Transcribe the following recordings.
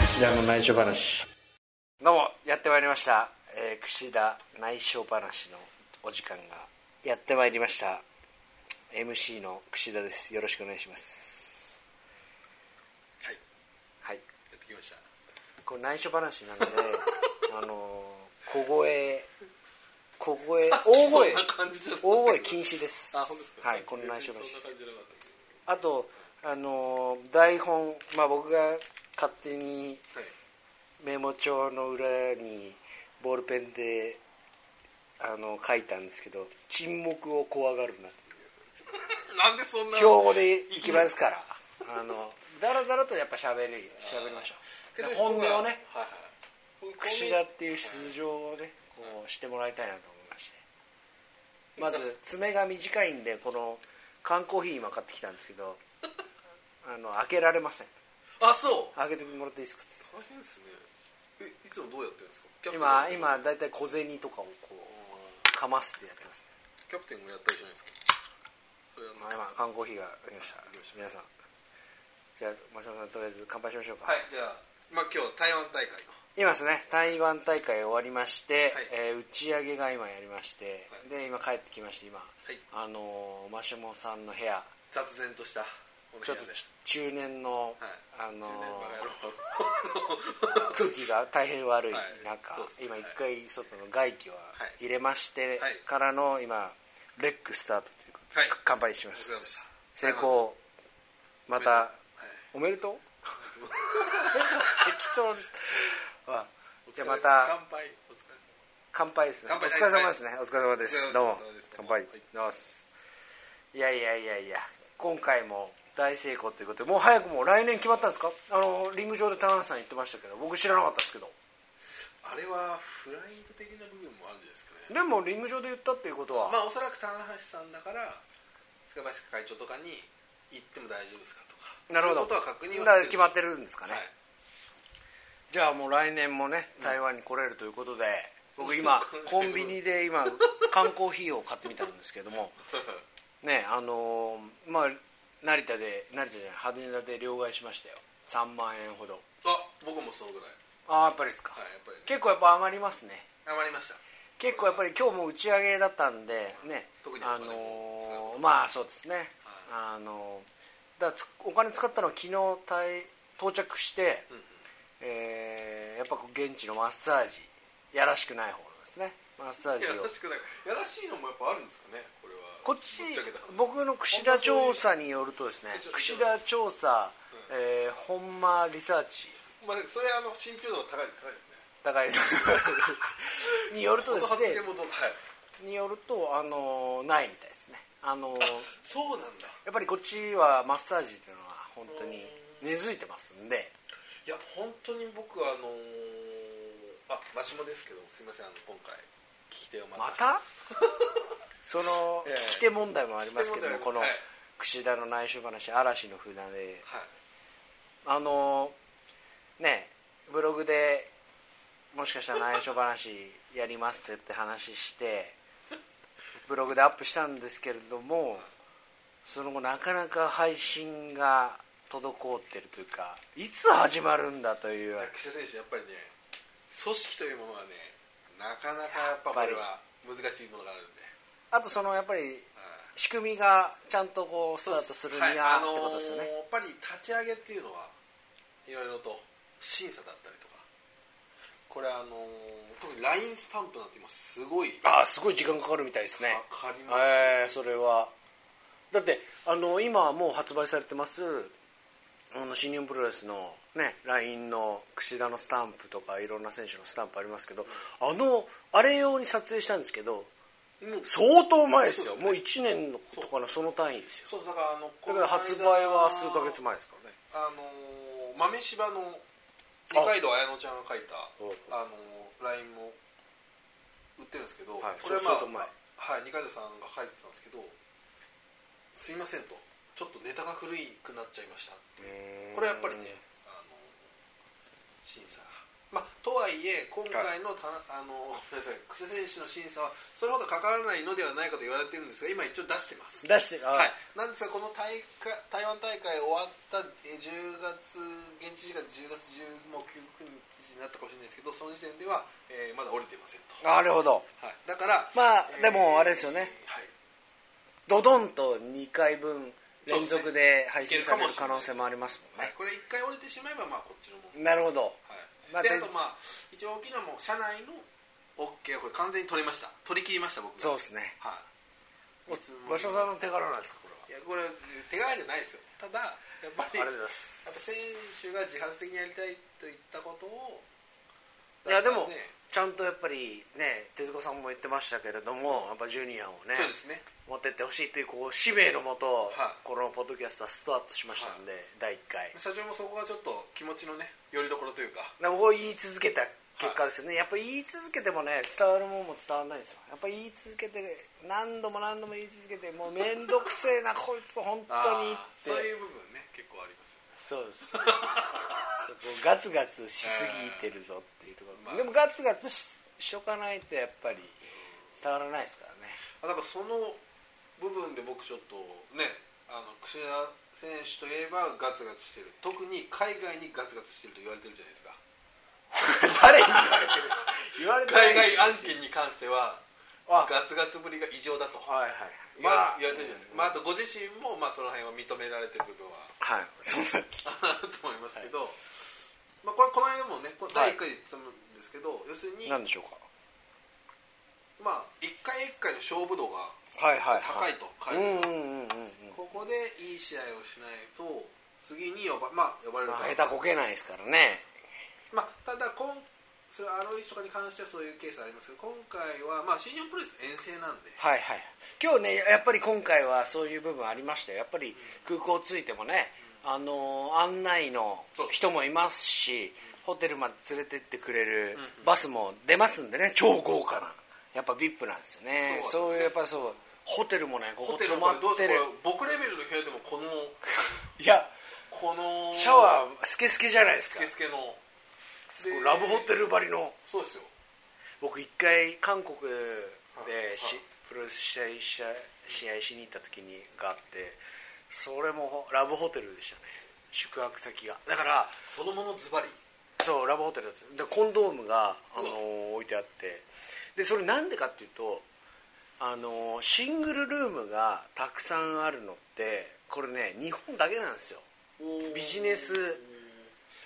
串田の内緒話どうもやってまいりました、えー、串田内緒話のお時間がやってまいりました MC の串田ですよろしくお願いしますはいはいやってきましたこれ内緒話 なのであのー小声小声大声そんな感じじゃなかった大声禁止ですあ本当ですかはいこの内緒そんな話感じじゃなかったですあとあのー台本まあ僕が勝手にはいメモ帳の裏にボールペンであの書いたんですけど「沈黙を怖がるな」なんでそんな標語でいきますからあのだらだらとやっぱしゃべりしゃべりましょうで本音をねはいはい串田っていう出場をねこうしてもらいたいなと思いましてまず爪が短いんでこの缶コーヒー今買ってきたんですけどあの開けられませんあそう開けてもらっていいです大変ですねえいつもどうやってるんですかキかャプテン今今だいたい小銭とかをこうかますってやってますねキャプテンがやったりじゃないですかそれはまあ、今缶コーヒーがありました皆さんじゃあ松島さんとりあえず乾杯しましょうか、はいじゃあまあ今日台湾大会の今ですね台湾大会終わりまして、はいえー打ち上げが今やりまして、はいで今帰ってきまして今、いあのーマシュモさんの部屋雑然としたお部ちょ屋っとでち中年の、はいあのー中年バカ野郎空気が大変悪い中、はいそうですね今一回外の外気をい入れましてはいからの今レックスタートということで、はい乾杯しまありがとうございますす成功またおめでとう適当ですあじ ゃあまた乾杯お疲れ様乾杯ですねお乾杯疲れ様ですねお疲れ様ですおどうも疲れ様です乾杯どうもどうもすいやいやいやいや今回も大成功ということでもう早くもう来年決まったんですかあのリング上で田中さん言ってましたけど僕知らなかったですけどあれはフライング的な部分もあるんじゃないですかねでもリング上で言ったっていうことは、まあおそらく棚橋さんだから塚林会長とかに行っても大丈夫ですかとかなるほどそういうことは確認だかはら決まってるんですかね、はいじゃあもう来年もね台湾に来れるということで、僕 今コンビニで今缶コーヒーを買ってみたんですけどもねあのーまあ成田で成田じゃない羽田で両替しましたよ3万円ほどあ僕もそうぐらいああやっぱりですか、はいやっぱり結構やっぱ余りますね余りました結構やっぱり今日も打ち上げだったんでね特におあ金のも使うことーまあそうですね、あのーだからつお金使ったのは昨日たい到着して、えーやっぱこう現地のマッサージやらしくない方のですねマッサージやをらしくないやらしいのもやっぱあるんですかねこれはこっちぶゃけた話僕の串田調査によるとですねそういう串田調査、えー本間リサーチまあそれあの信憑度が高い高いですね高い によるとですこのね発言もどうはいによるとあのないみたいですねあ のそうなんだやっぱりこっちはマッサージというのは本当に根付いてますんでいや本当に僕あのーあマシモですけどすいませんあの今回聞き手をまま たたそのええ聞き手問題もありますけども聞き手こ問の題ありますはい櫛田の内緒話嵐の船ではいあのねブログでもしかしたら内緒話やりますって話してブログでアップしたんですけれどもその後なかなか配信が滞ってるというかいつ始まるんだという岸田選手やっぱりね組織というものはねなかなかやっぱこれは難しいものがあるんであとそのやっぱり仕組みがちゃんとこうスタートするにはってはいことですよあねのーやっぱり立ち上げっていうのはいろいろと審査だったりとかこれあのー特に LINE スタンプなんて今すごいああすごい時間かかるみたいですねかかりますえーそれはだってあの今はもう発売されてますあの新日本プロレスのね LINE の櫛田のスタンプとかいろんな選手のスタンプありますけどあのあれ用に撮影したんですけどもう相当前ですよもう1年のとかのその単位ですよそうだからあのだこかのら間発売は数ヶ月前ですからねあのー豆柴の二階堂綾乃ちゃんが書いたおあのー LINE も売ってるんですけど、はいこれはそうそうま前あはい、二階堂さんが書いてたんですけど「すいません」と「ちょっとネタが古いくなっちゃいました」これはやっぱりね、あのー審査がまあ、とはいえ今回のた、あのごめんなさい久世選手の審査はそれほどかからないのではないかと言われているんですが今一応出してます、出してあ、はい、なんですがこの大会台湾大会終わったえー10月現地時間10月19日になったかもしれないですけどその時点では、えーまだ降りていませんと、なるほどはい、だからまあでもあれですよねはいドドンと2回分連続で配信される可能性もありますもんはいね、これ一回降りてしまえばまあこっちのもの、なるほどまあはい、で全あとまあ一番大きいのはもう社内の OK はこれ完全に取りました取り切りました僕がそうですねはいいつも場所さんの手柄なんですかこいやこれ手柄じゃないですよただやっぱりありがとうございまやっぱす選手が自発的にやりたいと言ったことをいやでも、ねちゃんとやっぱりね徹子さんも言ってましたけれどもやっぱジュニアをねそうですね持ってってほしいというこう使命のもと、はいこのポッドキャストはスタートしましたんで、第1回社長もそこがちょっと気持ちのねよりどころというかでもこう言い続けた結果ですよね、やっぱ言い続けてもね伝わるもんも伝わらないんですよやっぱ言い続けて何度も何度も言い続けてもう面倒くせえなこいつ本当にっあーてそういう部分ね結構ありますよそうでねす そこガツガツしすぎてるぞっていうところ、まあでもガツガツししとかないとやっぱり伝わらないですからねあだからその部分で僕ちょっとねあの櫛田選手といえばガツガツしてる特に海外にガツガツしてると言われてるじゃないですか 誰に言われてな海い外案件に関してはあガツガツぶりが異常だとはいはい言まわあ言われてるじゃないですか、まあ、あとご自身もまあその辺は認められてる部 分ははいそんなあると思いますけど、まあ、これこの辺もねこの第1回で言ってたんですけど、要するに、なんでしょうかまあ、1回1回の勝負度がはいはい高いと、う彼んはうんうんうんここでいい試合をしないと次に呼ば,、まあ、呼ばれるまとあ下手こけないですからねまあ、ただ今それアロイシとかに関してはそういうケースありますけど今回は、まあ、新日本プロレス遠征なんで、はいはい今日ねやっぱり今回はそういう部分ありましたよやっぱり空港着いてもね、あのー案内の人もいますしホテルまで連れてってくれるバスも出ますんでね超豪華なやっぱ VIP なんですよねそうそいうやっぱそうホテルもねこホこテ泊ルまもどうっぞてるこれ僕レベルの部屋でも このいやこのシャワースケスケじゃないですスかケスケのこうラブホテルばりのそうですよ僕一回韓国ではいはしいプロレス試合し試合しに行った時にがあってそれもラブホテルでしたね宿泊先がだからそのものズバリそうラブホテルだったでコンドームが、あのうわー置いてあってでそれなんでかっていうと、あのーシングルルームがたくさんあるのってこれね日本だけなんですよビジネス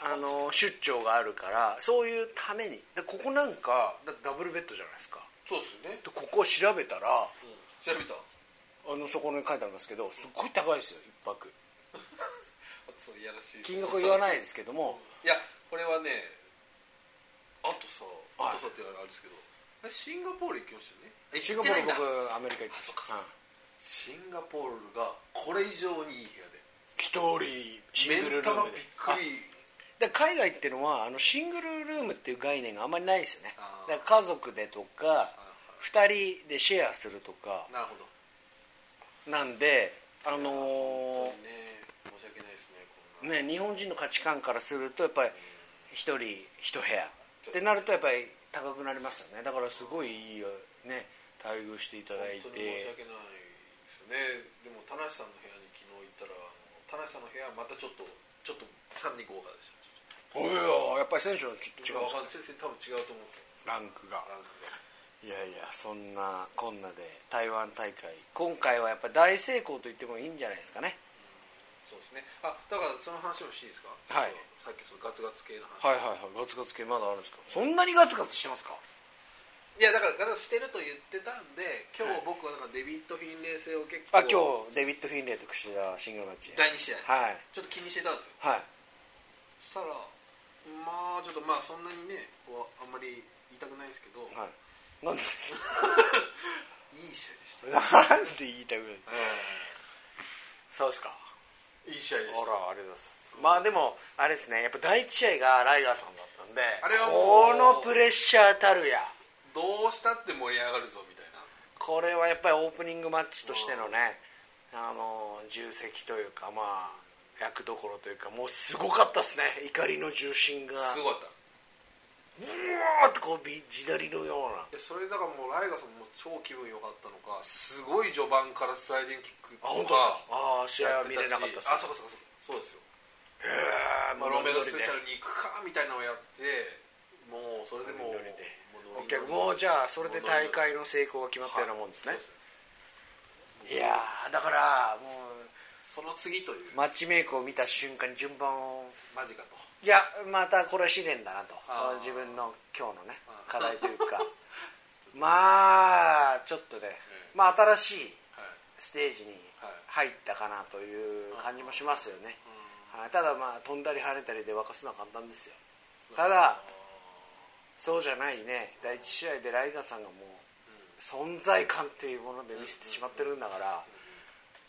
あのー出張があるからそういうためにでここなんかだってダブルベッドじゃないですかそうですよね、でここを調べたら調べたあのそこに書いてありますけどすっごい高いですよ一泊そういやらしい金額は言わないですけどもいやこれはねあとさはいあとさっていうのがあるんですけど、あれシンガポール行きましたよねえシン行ガポってーないルんだ僕アメリカ行ってあそっかそっかシンガポールがこれ以上にいい部屋で一人シングルルメンターがムびっででくり海外っていうのはあのシングルルームっていう概念があんまりないですよねあだーから家族でとか2人でシェアするとかなるほどなんであのー本当にね申し訳ないですねこんなね、日本人の価値観からするとやっぱり一人一部屋ってなるとやっぱり高くなりますよねだからすごいいいね待遇していただい本当に申して訳ないですよねでも田無さんの部屋に昨日行ったらあの田無さんの部屋はまたちょっとちょっとさらに豪華でしたちょっおいややっぱり選手はちょっとと違うんですわかかんないですけランクど多分違うと思うんですよがランクがいやいやそんなこんなで台湾大会今回はやっぱり大成功と言ってもいいんじゃないですかねそうですねあだからその話もしていいですかはいさっきそのガツガツ系のはい話、はいはいガツガツ系まだあるんですかそんなにガツガツしてますかい、やだからガツガツしてると言ってたんで今はい日僕はなんかデビッド・フィンレイ制を結構あ今日デビッド・フィンレイと櫛田シングルマッチ第2試合、はいちょっと気にしてたんですよはいそしたらまあちょっとまあそんなにねこうあんまり言いたくないですけど、はいなんでい、い試合でしなたんで言いたくないそうですかいい試合であしたらありがとうございますまあでもあれですねやっぱ第一試合がライガーさんだったんであれはもうこのプレッシャーたるやどうしたって盛り上がるぞみたいなこれはやっぱりオープニングマッチとしてのねあの重責というかまあ役どころというかもうすごかったですね怒りの重心がすごかったブワーってこうび地鳴りのようなでそれだからもうライガさんも超気分良かったのかすごい序盤からスライディングキックとあ本当かああー試合はやっ見てたれしなかったっすあそうかそうかそうそうですよへえまあロメロスペシャルに行くかみたいなのをやってもうそれでもうノリノリでノリノリ結局もうじゃあそれで大会の成功が決まったようなもんですね、はいそうい、やーだからもその次といううマッチメイクを見た瞬間に順番をマジかといやまたこれは試練だなとあー自分の今日のねあー課題という かまあちょっとね、まあ新しいはいステージに入ったかなという感じもしますよね、はい、ただまあ飛んだり跳ねたりで沸かすのは簡単ですよただそうじゃないね第一試合でライガーさんがもう存在感っていうもので見せてしまってるんだから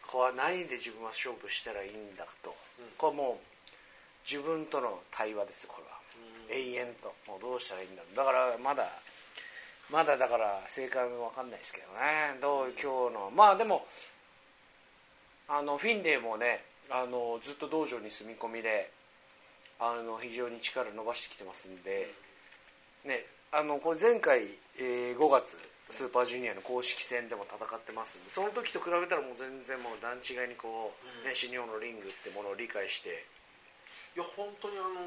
これは何で自分は勝負したらいいんだとこれはもう自分との対話ですよこれは永遠ともうどうしたらいいんだろうだからまだまだだから正解も分かんないですけどねどう今日のまあでもあのフィンレイもねあのずっと道場に住み込みであの非常に力伸ばしてきてますんで、ね、あのこれ前回、えー5月スーパージュニアの公式戦でも戦ってますんでその時と比べたらもう全然もう段違いにこう、ね、新日本のリングってものを理解していや本当にあの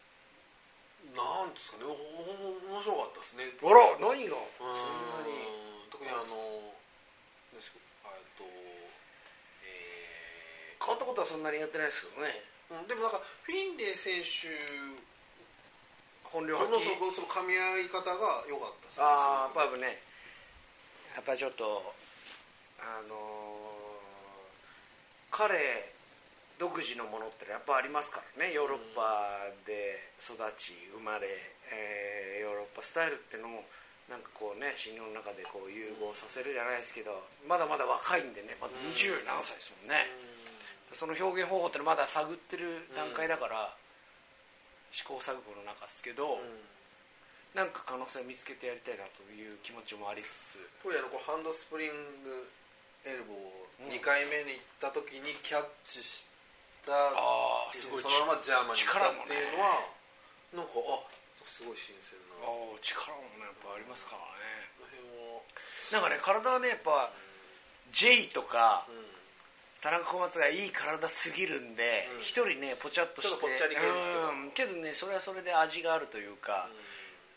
ーなんですかねおおお面白かったですねあら何がうそんんなに特にあの何ですかえっとえ変わったことはそんなにやってないですけどねーうんでもなんかフィンレイ選手本領と発の揮そのその噛み合い方が良かったですねああすやっごくぱりねやっぱりちょっとあのー彼独自のものってやっぱありますからねヨーロッパで育ち生まれ、えーヨーロッパスタイルってのもなんかこうね新日本の中でこう融合させるじゃないですけどまだまだ若いんでねまだ二十何歳ですもんね、その表現方法ってのまだ探ってる段階だから、試行錯誤の中ですけど、うんなんか可能性を見つけてやりたいなという気持ちもありつつ特にあのこうハンドスプリングエルボーを2回目に行った時にキャッチした、あーすそごいのままジャーマンに行ったっていうのは、なんかあすごい新鮮あなこあ力もねやっぱありますからねの辺はなんかね体はねやっぱ J とかうん田中小松がいい体すぎるんでうん一、人ねぽちゃっとしてちょっとぽっちゃり系ですけどうんけどねそれはそれで味があるというか、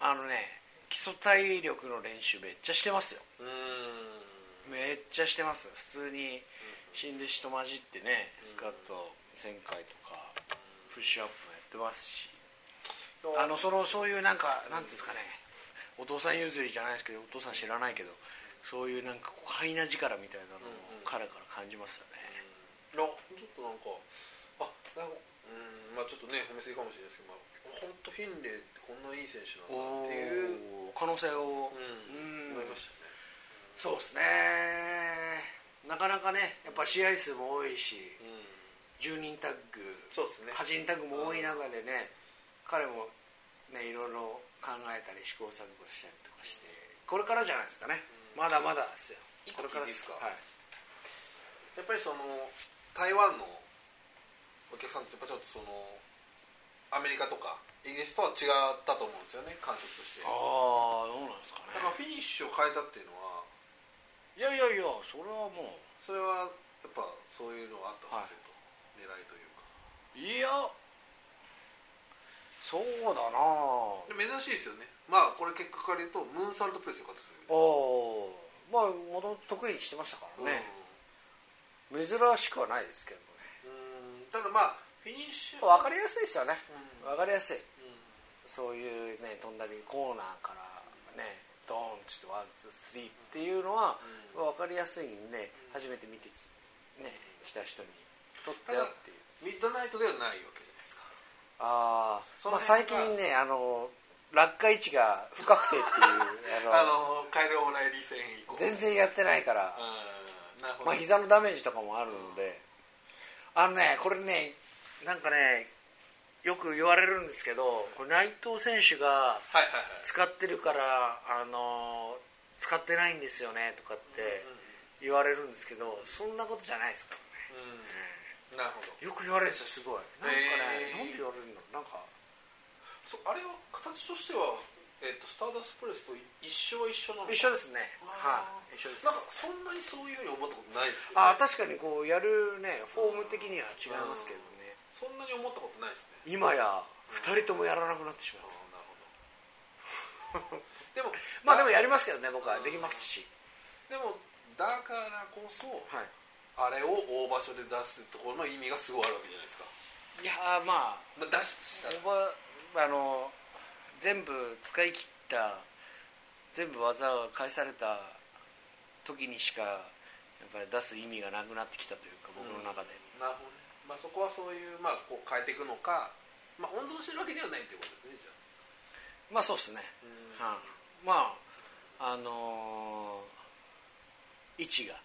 あのね基礎体力の練習めっちゃしてますようんめっちゃしてます普通に新弟子と混じってねスカット1000回とかプッシュアップもやってますしあのそのそういうなんかなんていうんですかねお父さん譲りじゃないですけどお父さん知らないけどそういうなんかこうハイな力みたいなのを彼から感じますよねいやちょっとなんかあなんかうんまあちょっとね褒めすぎかもしれないですけど、まあ、本当フィンレイってこんないい選手なんだっていう、おー可能性を、うんうん思いましたねそうですねなかなかねやっぱ試合数も多いしうん10人タッグそうですね8人タッグも多い中でね彼もねいろいろ考えたり試行錯誤したりとかしてこれからじゃないですかねまだまだですよ一気これからですかはいやっぱりその台湾のお客さんってやっぱちょっとそのアメリカとかイギリスとは違ったと思うんですよね感触としてあだかあどうなんですかねらフィニッシュを変えたっていうのはいやいやいやそれはもそれはやっぱそういうのがあったんですよちょっと狙いというかういやそうだなで珍しいですよねまあこれ結果から言うとムーンサルトプレスよかったですよねおまあもともと得意にしてましたからね、珍しくはないですけどねうんうんただまあフィニッシュ分かりやすいですよねう分かりやすいうんそういうね飛んだりコーナーからねドーンちょっとワンツースリーっていうのは分かりやすいんで初めて見てき,、ね、来た人にとってたはだっていうミッドナイトではないわけじゃないですかああそまあの辺最近がねあの落下位置が不確定っていうあの あのカイル・オーライリー戦以降全然やってないから、うんなるほどまあ膝のダメージとかもあるので、あのねこれねなんかねよく言われるんですけどこれ内藤選手がはいはいはい使ってるからあの使ってないんですよねとかって言われるんですけどそんなことじゃないですからね、うんなるほどよく言われるんですよすごいなんかね、なんへーで言われるんだろうなんかそあれは形としては、えっとスターダストプレスと一緒は一緒な一の緒ですねはあいー一緒ですなんかそんなにそういうふうに思ったことないですけど、あね、確かにこうやるねフォーム的には違いますけどねそんなに思ったことないですね今や2人ともやらなくなってしまいあますーな るほどでもまあでもやりますけどね僕はできますしでもだからこそ、はいあれを大場所で出すところの意味がすごいあるわけじゃないですか、いやーまあまあ、出したらおばあの全部使い切った全部技が返された時にしかやっぱり出す意味がなくなってきたというか僕の中で、なるほどね、まあ、そこはそういう,、まあ、こう変えていくのか、まあ、温存してるわけではないということですねじゃあまあそうですね、うんはいまああのー位置が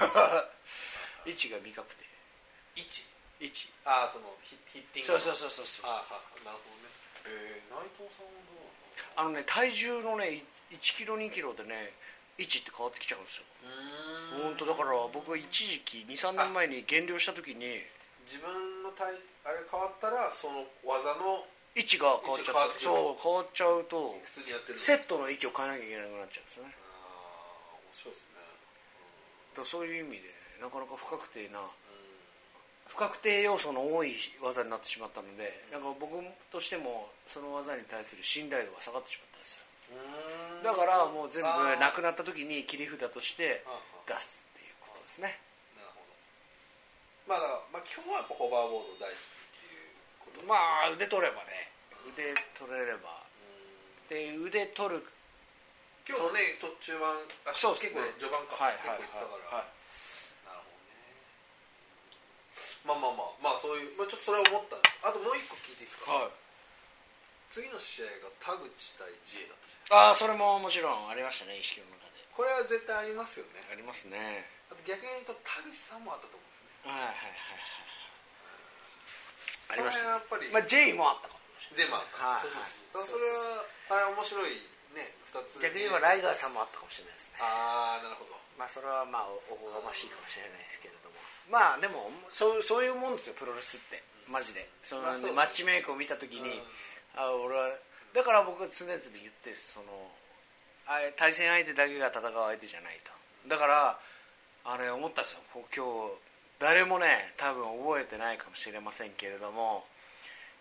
位置が未確定位置位置ああそのヒヒッティンそうグそううそうそうそうああはなるほどねえー、内藤さんはあどうなのね体重のねい1キロ2キロでね位置って変わってきちゃうんですよの本当だから僕は一時期23年前に減量した時に自分の体あれ変わったらその技の位置が変わっちゃ位置変わっっててくるそう変わっちゃうと普通にやってるセあットの位置を変えなきゃいけなくなっちゃうんですよねあー面白いですねだからそういう意味でなかなか不確定な不確定要素の多い技になってしまったのでなんか僕としてもその技に対する信頼度が下がってしまったんですようんだからもう全部あーなくなった時に切り札としてあ出すっていうことですねなるほどまあだから、まあ、基本はやっぱホバーボード大事っていうことまあ腕取ればね腕取れればで腕取る今日もね途中盤あそうですね結構序盤か、はい結構はいいってたから、はいなるほどねまあまあまあまあそういう、まあ、ちょっとそれは思ったんですあともう一個聞いていいですか、はい次の試合が田口対 J だったじああゃないですかそれももちろんありましたね意識の中でこれは絶対ありますよねありますねあと逆に言うと田口さんもあったと思うんではいはいはいはいありすよましねたそれはやっまあぱり、J もあったかもし全部はいあった、そうそうそうだからそれはあれ面白いね2つれない逆に言えばライガーさんもあったかもしれないですねああなるほど まあそれはまあおおこがましいかもしれないですけれどもまあでもそうそういうもんですよプロレスってマジでその、まあそうそうマッチメイクを見た時に、うんあ俺はだから僕は常々言ってそのあ対戦相手だけが戦う相手じゃないとだからあれ思ったんですよこう今日誰もね多分覚えてないかもしれませんけれども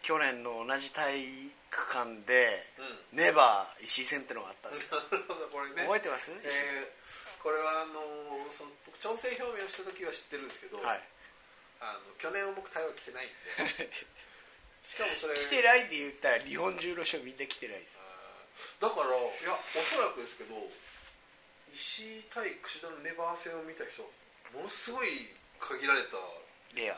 去年の同じ体育館で、ネバー石井戦ってのがあったんですよなるほどこれね覚えてますえーこれはあのーその僕調整表明をした時は知ってるんですけど、 はいあの去年は僕台湾来てないんでしかもそれ来てないって言ったら日本中の人みんな来てないですよだからいやおそらくですけど石井対櫛田のネバー戦を見た人ものすごい限られたレア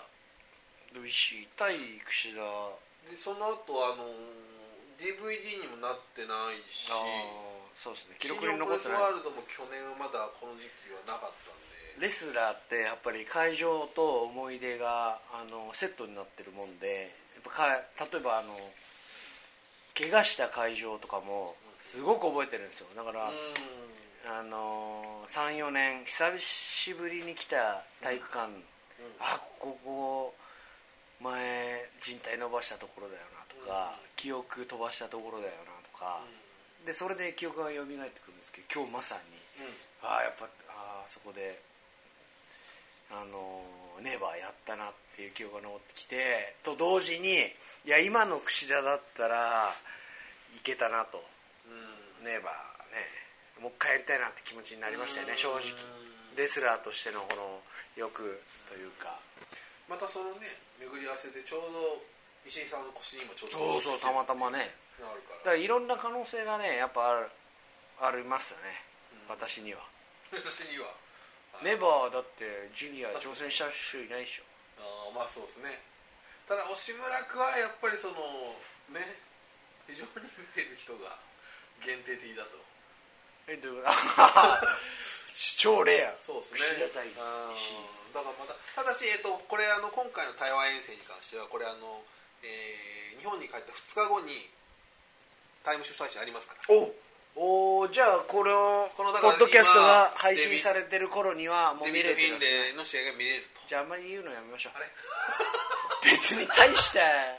石井対櫛田でその後あのー DVD にもなってないしあーそうですね記録新に日本残っプてロレないスワールドも去年はまだこの時期はなかったんでレスラーってやっぱり会場と思い出があのセットになってるもんでやっぱか例えばあの怪我した会場とかもすごく覚えてるんですよだから、うんあの34年久しぶりに来た体育館、あここ前人体伸ばしたところだよなとか、記憶飛ばしたところだよなとか、でそれで記憶が蘇ってくるんですけど今日まさに、ああやっぱあーそこで。あのネバーやったなっていう記憶が残ってきてと同時にいや今の櫛田だったらいけたなとネバーねもう一回やりたいなって気持ちになりましたよね正直レスラーとしてのこの欲というかまたそのね巡り合わせでちょうど石井さんの腰にもちょうどたまたまねなるだからからいろんな可能性がねやっぱあるありますよね私には私にはあネバーだってジュニア挑戦した人いないでし ょあーまあそうですねただ押村区はやっぱりそのね非常に見てる人が限定的だとえどういうこと 超レアそうですね櫛田対あー石井だからまたただし、えっと、これあの今回の台湾遠征に関してはこれあの、えー日本に帰った2日後にタイムシフト配信ありますからおおーじゃあこのこのだかポらッドキャスト今が配デビ信されてる頃にはもうデ見ビッれド・てフィるんンです、ね、レイの試合が見れるとじゃああんまり言うのやめましょうあれ 別に大した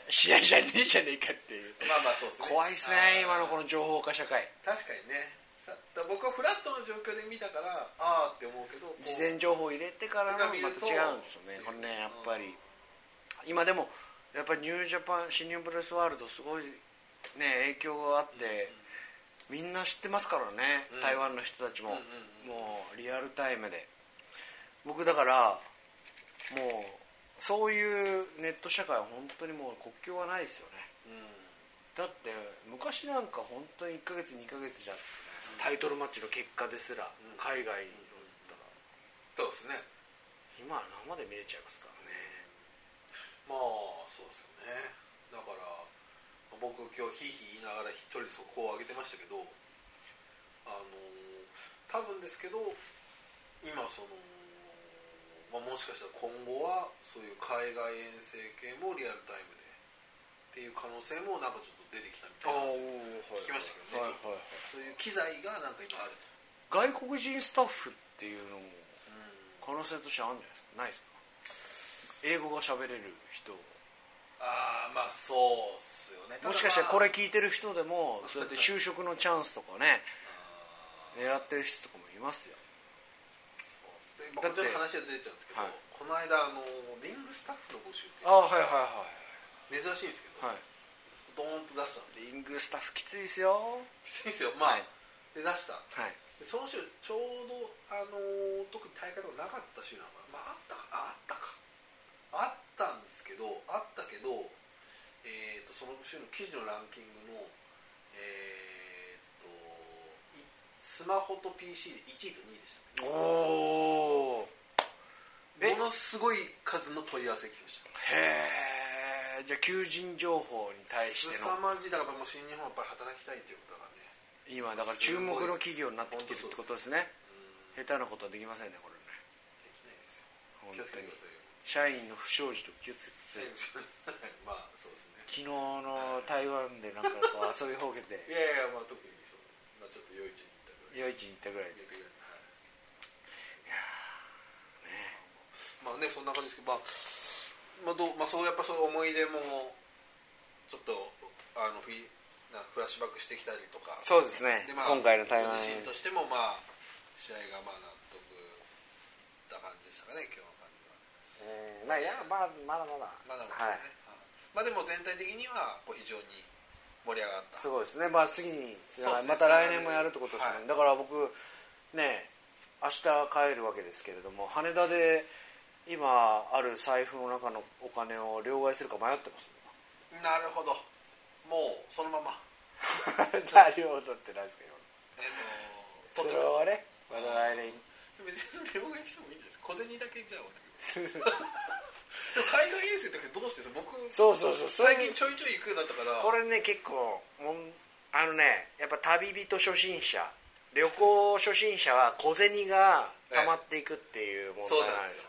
試合じゃねえじゃねえかっていうまあまあそうですね怖いっすあーね今のこの情報化社会確かにねさだ僕はフラットの状況で見たからああって思うけどこう事前情報入れてからのまた違うんですよねこれねやっぱり今でもやっぱりニュージャパン新日本プロレスワールドすごいね影響があってみんな知ってますからねうん台湾の人たちももうリアルタイムで僕だからもうそういうネット社会は本当にもう国境はないですよねうんだって昔なんか本当に1ヶ月2ヶ月じゃタイトルマッチの結果ですら海外に行ったらそうですね今は生で見れちゃいますからねまあそうですよねだから僕今日ヒーヒー言いながら一人で速報を上げてましたけどあのー多分ですけど今その、まあ、もしかしたら今後はそういう海外遠征系もリアルタイムでっていう可能性もなんかちょっと出てきたみたいな聞きましたけどね、そういう機材がなんか今あると外国人スタッフっていうのも可能性としてあるんじゃないですかないですか英語が喋れる人ああまあそうっすよねもしかしたらこれた聞いだまあてる人でもそうやって就職のチャンスとか ね狙ってる人とかもいますよそうっすねまあこっちの話はずれちゃうんですけど、はいこの間あのリングスタッフの募集ってあはいはい珍しいんですけど、はいはドーンと出したんでいリングスタッフきついですよすよ 先生まあ、はいで出したはいでその週ちょうど、あのー特に大会とかなかった週なのかな、まあ、あったかああったかあったんですけどあったけど、えー、とその週の記事のランキングのえー、といスマホと PC で1位と2位でしたおおえものすごい数の問い合わせが来てましたへえじゃあ求人情報に対して凄のまじいだからもう新日本はやっぱり働きたいということがね今だから注目の企業になってきてるってことですね下手なことはできませんねこれねできないですよ本気当をにつけてくだ さいよ社員の不祥事と気をつけてくださいまあそうですね昨日の台湾でなんかこう遊びほうけて いやいやまあ特にそう、まあ、ちょっと夜市に行ったぐらい夜市に行ったぐらいで寝てぐらいはいまあねそんな感じですけどまあまあどう、まあ、そうやっぱそういう思い出もちょっとあのフィなフラッシュバックしてきたりとかそうですねでまあ今回の台湾ご自身としてもまあ試合がまあ納得いった感じでしたかね今日のうん感じはまあいやまあまだまだまだまはだいね、はいまあでも全体的にはこう非常に盛り上がったすごいですねまあ次につながそうでるますねた来年もやるってことですね、はいだから僕ね明日帰るわけですけれども羽田で今ある財布の中のお金を両替するか迷ってますなるほどもうそのまま なるほどってなんですかえっ今そとポれッとはねまた来年別にそれ両替してもいいんです小銭だけじゃあそでも海外遠征の時どうしてるんですか僕うそうそうそれ最近ちょいちょい行くようになったからこれね結構もんあのねやっぱ旅人初心者旅行初心者は小銭が溜まっていくっていう問題そうななんんでですよすよ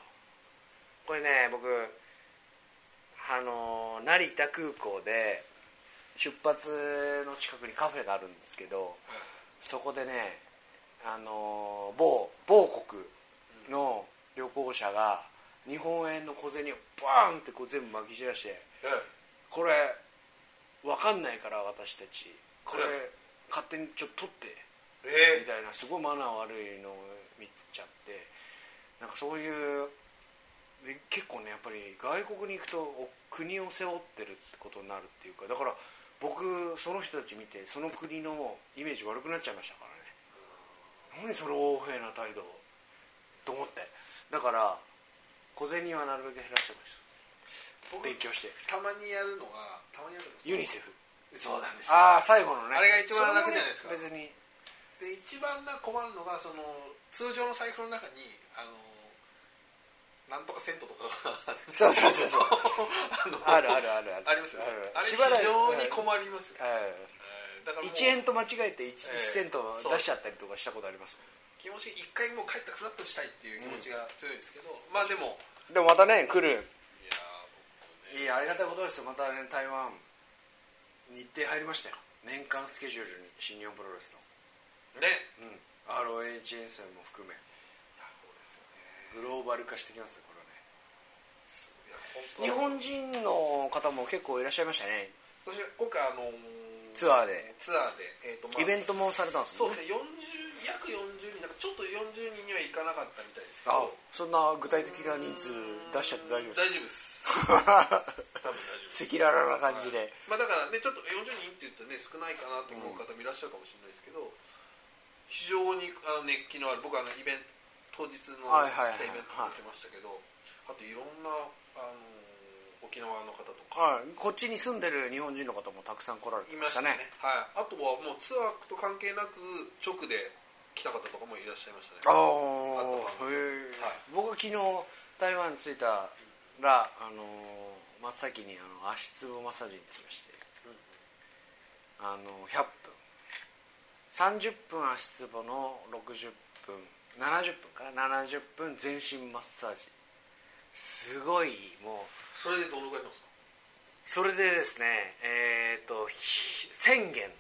これね僕あのー成田空港で出発の近くにカフェがあるんですけどそこでねあのー某某国の旅行者が日本円の小銭をバーンってこう全部撒き散らしてえ「これ分かんないから私たちこれ勝手にちょっと取って」えみたいなすごいマナー悪いのを見ちゃってなんかそういうで結構ねやっぱり外国に行くとお国を背負ってるってことになるっていうかだから僕その人たち見てその国のイメージ悪くなっちゃいましたからね何その横柄な態度と思ってだから小銭はなるべく減らしてます僕勉強してたまにやるのがたまにやるのがユニセフそうなんですよああ最後のねあれが一番楽じゃないですかそれもね別にで一番な困るのがその通常の財布の中にあのなんとかセントとかが そうそうそうそう あのあるあるあるあるありますよねあれし非ばらく常に困りますようんえーだからもう1円と間違えて 1, ええセント出しちゃったりとかしたことあります気持ち一回もう帰ったらフラッとしたいっていう気持ちが強いですけど、まあでもでもまたね来るいやー僕いねやありがたいことですよまたね台湾日程入りましたよ年間スケジュールに新日本プロレスのねうん ROH 遠征も含めいやそうですよグねローバル化してきますねこれはねすごいいや本当日本人の方も結構いらっしゃいましたね私今回あのーツアーでツアーで、えーとまあ、イベントもされたんですそもうんねですね40約40人なんかちょっと40人にはいかなかったみたいですけあどそんな具体的な人数出しちゃって大丈夫です大丈夫です多分大丈夫です赤裸々な感じで、まあ、だからねちょっと40人って言ったらね少ないかなと思う方もいらっしゃるかもしれないですけど、非常にあの熱気のある僕あのイベント当日のはいはいはいイベントもやってましたけど、あといろんなあの沖縄の方とかはい、こっちに住んでる日本人の方もたくさん来られていままししたたねねはい、あとはもうツアーと関係なく直で来た方とかもいらっしゃいましたねあああとへはえ、はい僕は昨日台湾に着いたら、あのー真っ先にあの足つぼマッサージに行ってきまして、あの100分30分足つぼの60分70分かな70分全身マッサージすごいもうそれでどのぐらいなんですかそれでですねえっ、とひ1000元で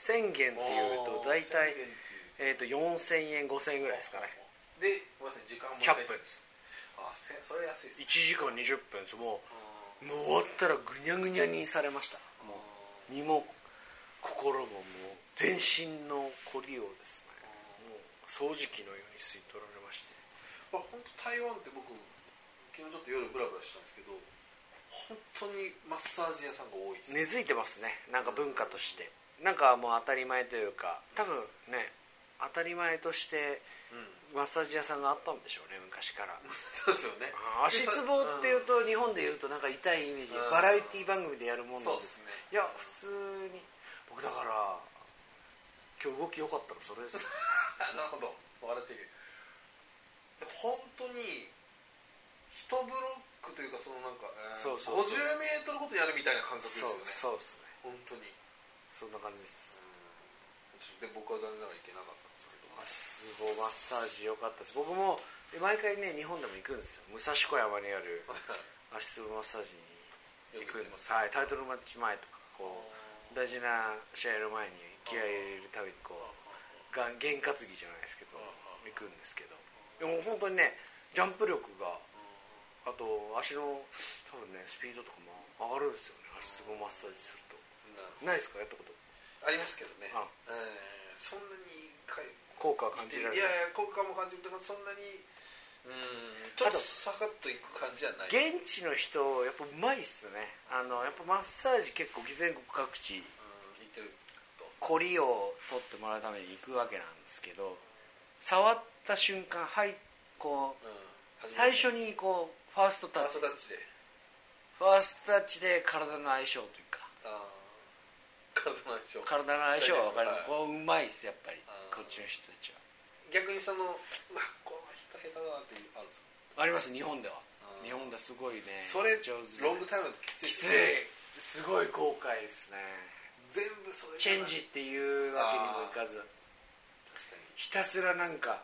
すよね1000元っていうと大体宣言っていう、えー、と4000円5000円ぐらいですかねでごめんなさい時間も100分ですあせそれ安いです1ね時間20分ですもあうもう終わったらぐにゃぐにゃにされましたもう身も心ももう全身のコリをですねもう掃除機のように吸い取られましてーあ本当台湾って僕昨日ちょっと夜ブラブラしたんですけど本当にマッサージ屋さんが多いです、根付いてますねなんか文化としてなんかもう当たり前というか多分ね当たり前としてうん、マッサージ屋さんがあったんでしょうね昔から そうですよね足つぼっていうと日本でいうとなんか痛いイメージうんバラエティ番組でやるもんなんでそすうですねいや普通に僕だから今日動き良かったらそれです あなるほど笑っちゃいけないで本当に一ブロックというかそのなんか、えー、そうそうそう50メートルごとやるみたいな感覚ですよねそうですね本当にそんな感じですで僕は残念ながら行けなかったんですけ足どつぼマッサージ良かったです僕も毎回ね日本でも行くんですよ武蔵小山にある足つぼマッサージに行くんですはいタイトルマッチ前とかこう大事な試合の前に気合い入れるたびにこうが験担ぎじゃないですけど行くんですけどでも本当にねジャンプ力があと足の多分ねスピードとかも上がるんですよね足つぼマッサージするとなるほどないですかやったことありますけどねあえーそんなにかい効果は感じられないやいや効果も感じるけどそんなにうんちょっとあとサカッといく感じはない現地の人やっぱうまいっすねあのやっぱマッサージ結構全国各地うん言ってるとコリを取ってもらうために行くわけなんですけど触った瞬間はいこううん最初にこうファーストタファッースチトタッチでファーストタッチで体の相性というかあー体の相性体の相性は分かるはいこううまいっすやっぱりあーこっちの人たち逆にそのうわこの人下手だなっていうあるんですかはあります日本ではあー日本ですごいねそれ上手でロングタイムだときついきついすごい後悔ですね全部それチェンジっていうわけにもいかず確かにひたすらなんか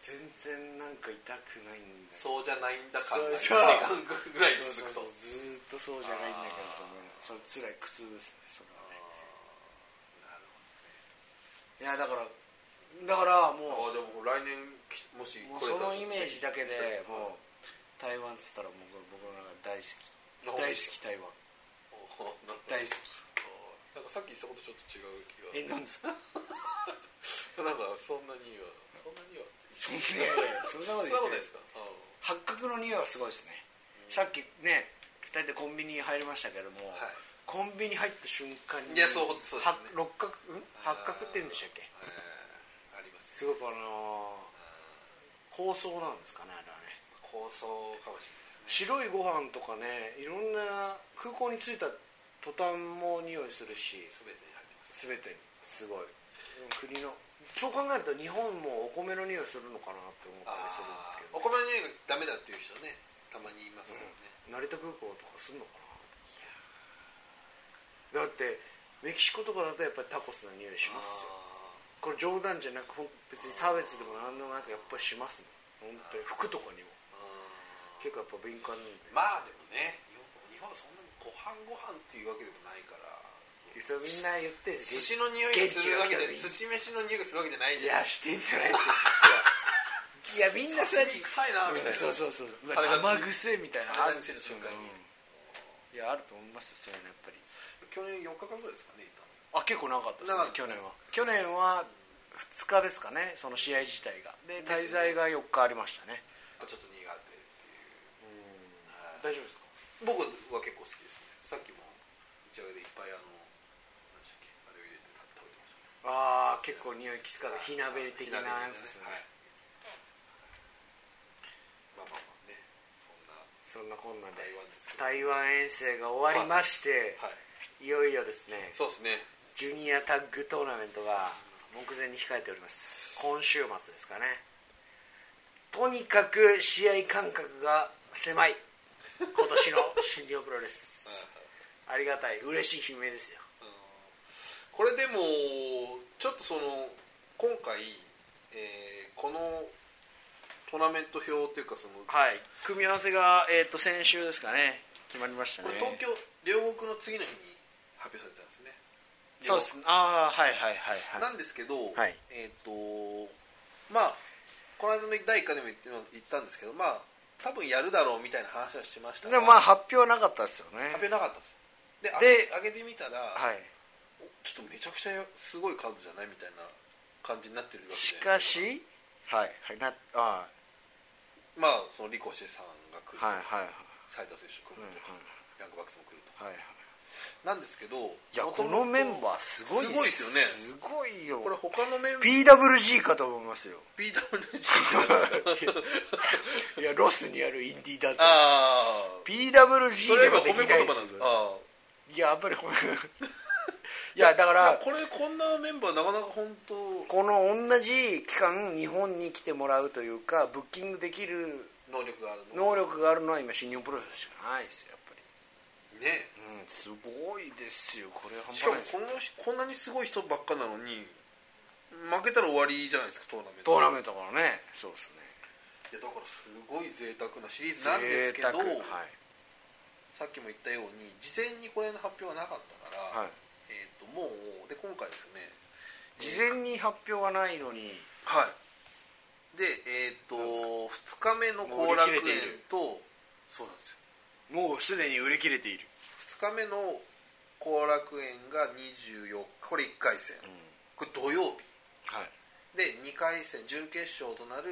全然なんか痛くないんだそうじゃないんだかんな1時そう間ぐらいそう続くとそうそうずーっとそうじゃないんだけどねそれ辛い苦痛ですねそれはねなるいやだからだからもほどあーじゃあ僕来年きもしうもう来れそたらのイメージだけでちょっともう台湾っつったらもう僕の中で大好あき大好き台湾おーなるほど大好あーなんかさっき言ったこととちょっとき違う気えなんですかがなんかそんなにはそんなにはってそんなそんなこと言っそんなこてなとないいですかあー八角の匂いはすごいですねさっきね2人でコンビニ入りましたけども、はいコンビニ入った瞬間にいやそうそうですねは六角、うん、八角って言うんでしたっけえーありますすごくあのー、香草なんですかねあれはね構想かもしれないですね白いご飯とかねいろんな空港に着いた途端も匂いするし全てに入ってます全てにすごい国のそう考えると日本もお米の匂いするのかなって思ったりするんですけあーおど、米の匂いがダメだっていう人ねたまにいますからね成田空港とかするのかなだってメキシコとかだとやっぱりタコスの匂いしますよあーこれ冗談じゃなくほん別に差別でも何でもなくやっぱりしますね本当に服とかにもう結構やっぱ敏感なんでんまあでもね日本日本はそんなにご飯ご飯っていうわけでもないからそうみんな言ってるんです寿司の匂いがするわけじゃ現地の人に寿司飯の匂いがするわけじゃないいじゃんやしてんじゃないですよ実はいやみんなそうやっ刺て身臭いなみたいなそうそうそううわあれが生癖みたいなあれがついた瞬間にうんいやあると思いますよそういうのやっぱり去年4日間ぐらいですかねいたのあ結構長かったですね長かった去です年ねは去年は2日ですかねその試合自体がでですね滞在が4日ありましたねちょっと苦手っていう大丈夫ですか僕は結構好きですねさっきも打ち上げでいっぱいあの何でしたっけあれを入れて食べてましたああ結構匂いきつかったはい火鍋的なやつですねはいまあまあまあねそんなそんなこんなで台湾ですけど台湾遠征が終わりましてはいいよいよですねそうですねジュニアタッグトーナメントが目前に控えております今週末ですかねとにかく試合間隔が狭い今年の新日本プロレスありがたい嬉しい悲鳴ですよこれでもちょっとその今回、えーこのトーナメント表っていうかその、はい組み合わせが、えー、と先週ですかね決まりましたこねれ東京両国の次の日に発表されたんですねそうですああはいはいはいはないんですけど、はいえっ、とまあこの間の第1回でも言って言ったんですけどまあ多分やるだろうみたいな話はしてましたでがもまあ発表なかったですよね発表なかったんですよでで上げ上げてみたら、はいおちょっとめちゃくちゃすごい数じゃないみたいな感じになってるわけしじゃなかいですしはいはいなあまあそのリコシェさんが来るーはいはいはい斉藤選手来るとか、うんうんヤングバックスも来るとかはいはいなんですけどいや元こ々のメンバーすごいすごいですすよねごいよこれ他のメンバー PWG かと思いますよ PWG ってなんで すかいやロスにあるインディーだってああ PWG それではも褒できないめで言葉なんですすよかああいややっぱり褒め いやだからこれこんなメンバーなかなか本当この同じ期間日本に来てもらうというかブッキングできる能力があるの能力があるのは今新日本プロレスしかないですよやっぱねりうんすごいですよこれは半しかもないですこの人こんなにすごい人ばっかなのに負けたら終わりじゃないですかトーナメントトーナメントからンねそうですねトいやだからすごい贅沢なシリーズなんですけど、贅沢はいさっきも言ったように事前にこれの発表はなかったかはら、いえっ、ともうで今回ですね事前に発表がないのにはいでえっ、と2日目の後楽園とそうなんですよもうすでに売り切れている2日目の後楽園が24日これ1回戦、これ土曜日はいで2回戦準決勝となる、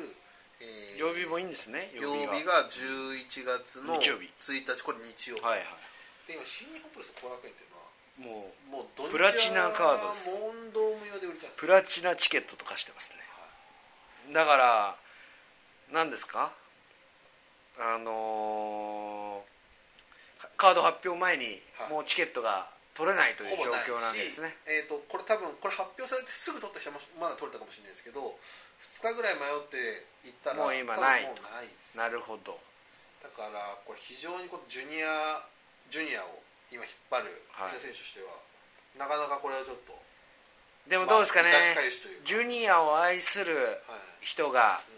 えー曜日もいいんですね曜日が11月の日曜日1日これ日曜日、はいはで今新日本プロレス後楽園っていうのはいもうもう土日はプラチナカードです問答無用で売れちゃうんですプラチナチケットとかしてますねだから何ですかあのーカード発表前にはいもうチケットが取れないというほ状ぼない況なんですねえー、とこれ多分これ発表されてすぐ取った人はまだ取れたかもしれないですけど2日ぐらい迷って行ったらもう今ない多分もうないですなるほどだからこれ非常にこうジュニアジュニアを今引っ張るはい選手としては、なかなかこれはちょっと、でもどうですかねまあ出し返しというかジュニアを愛するはい人がうん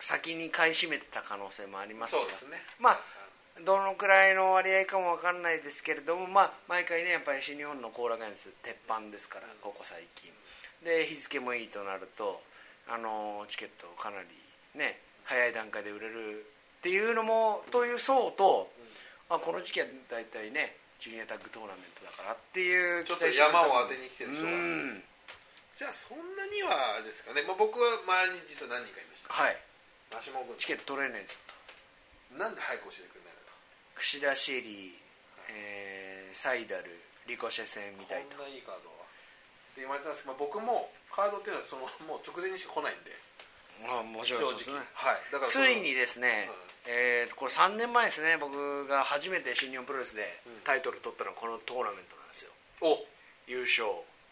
先に買い占めてた可能性もありますよそうですねまあどのくらいの割合かもわかんないですけれども、まあ、毎回ねやっぱり新日本の後楽園です鉄板ですからここ最近で日付もいいとなるとあのチケットかなりね早い段階で売れるっていうのもという層と、あこの時期は大体ねジュニアタッグトーナメントだからっていうちょっと山を当てに来てるう人がんじゃあそんなにはあれですかね、まあ、僕は周りに実は何人かいましたはいマシモ君チケット取れねえぞとなんで早く教えてくれないのと櫛田シェリー、えーサイダルリコシェ戦みこたいとんないいカードはって言われたんですけど、まあ、僕もカードっていうのはその もう直前にしか来ないんでまあもち正ろんそう直、ですねはいだからつそのいにですね、えーこれ3年前ですね僕が初めて新日本プロレスでタイトル取ったのはこのトーナメントなんですよお優勝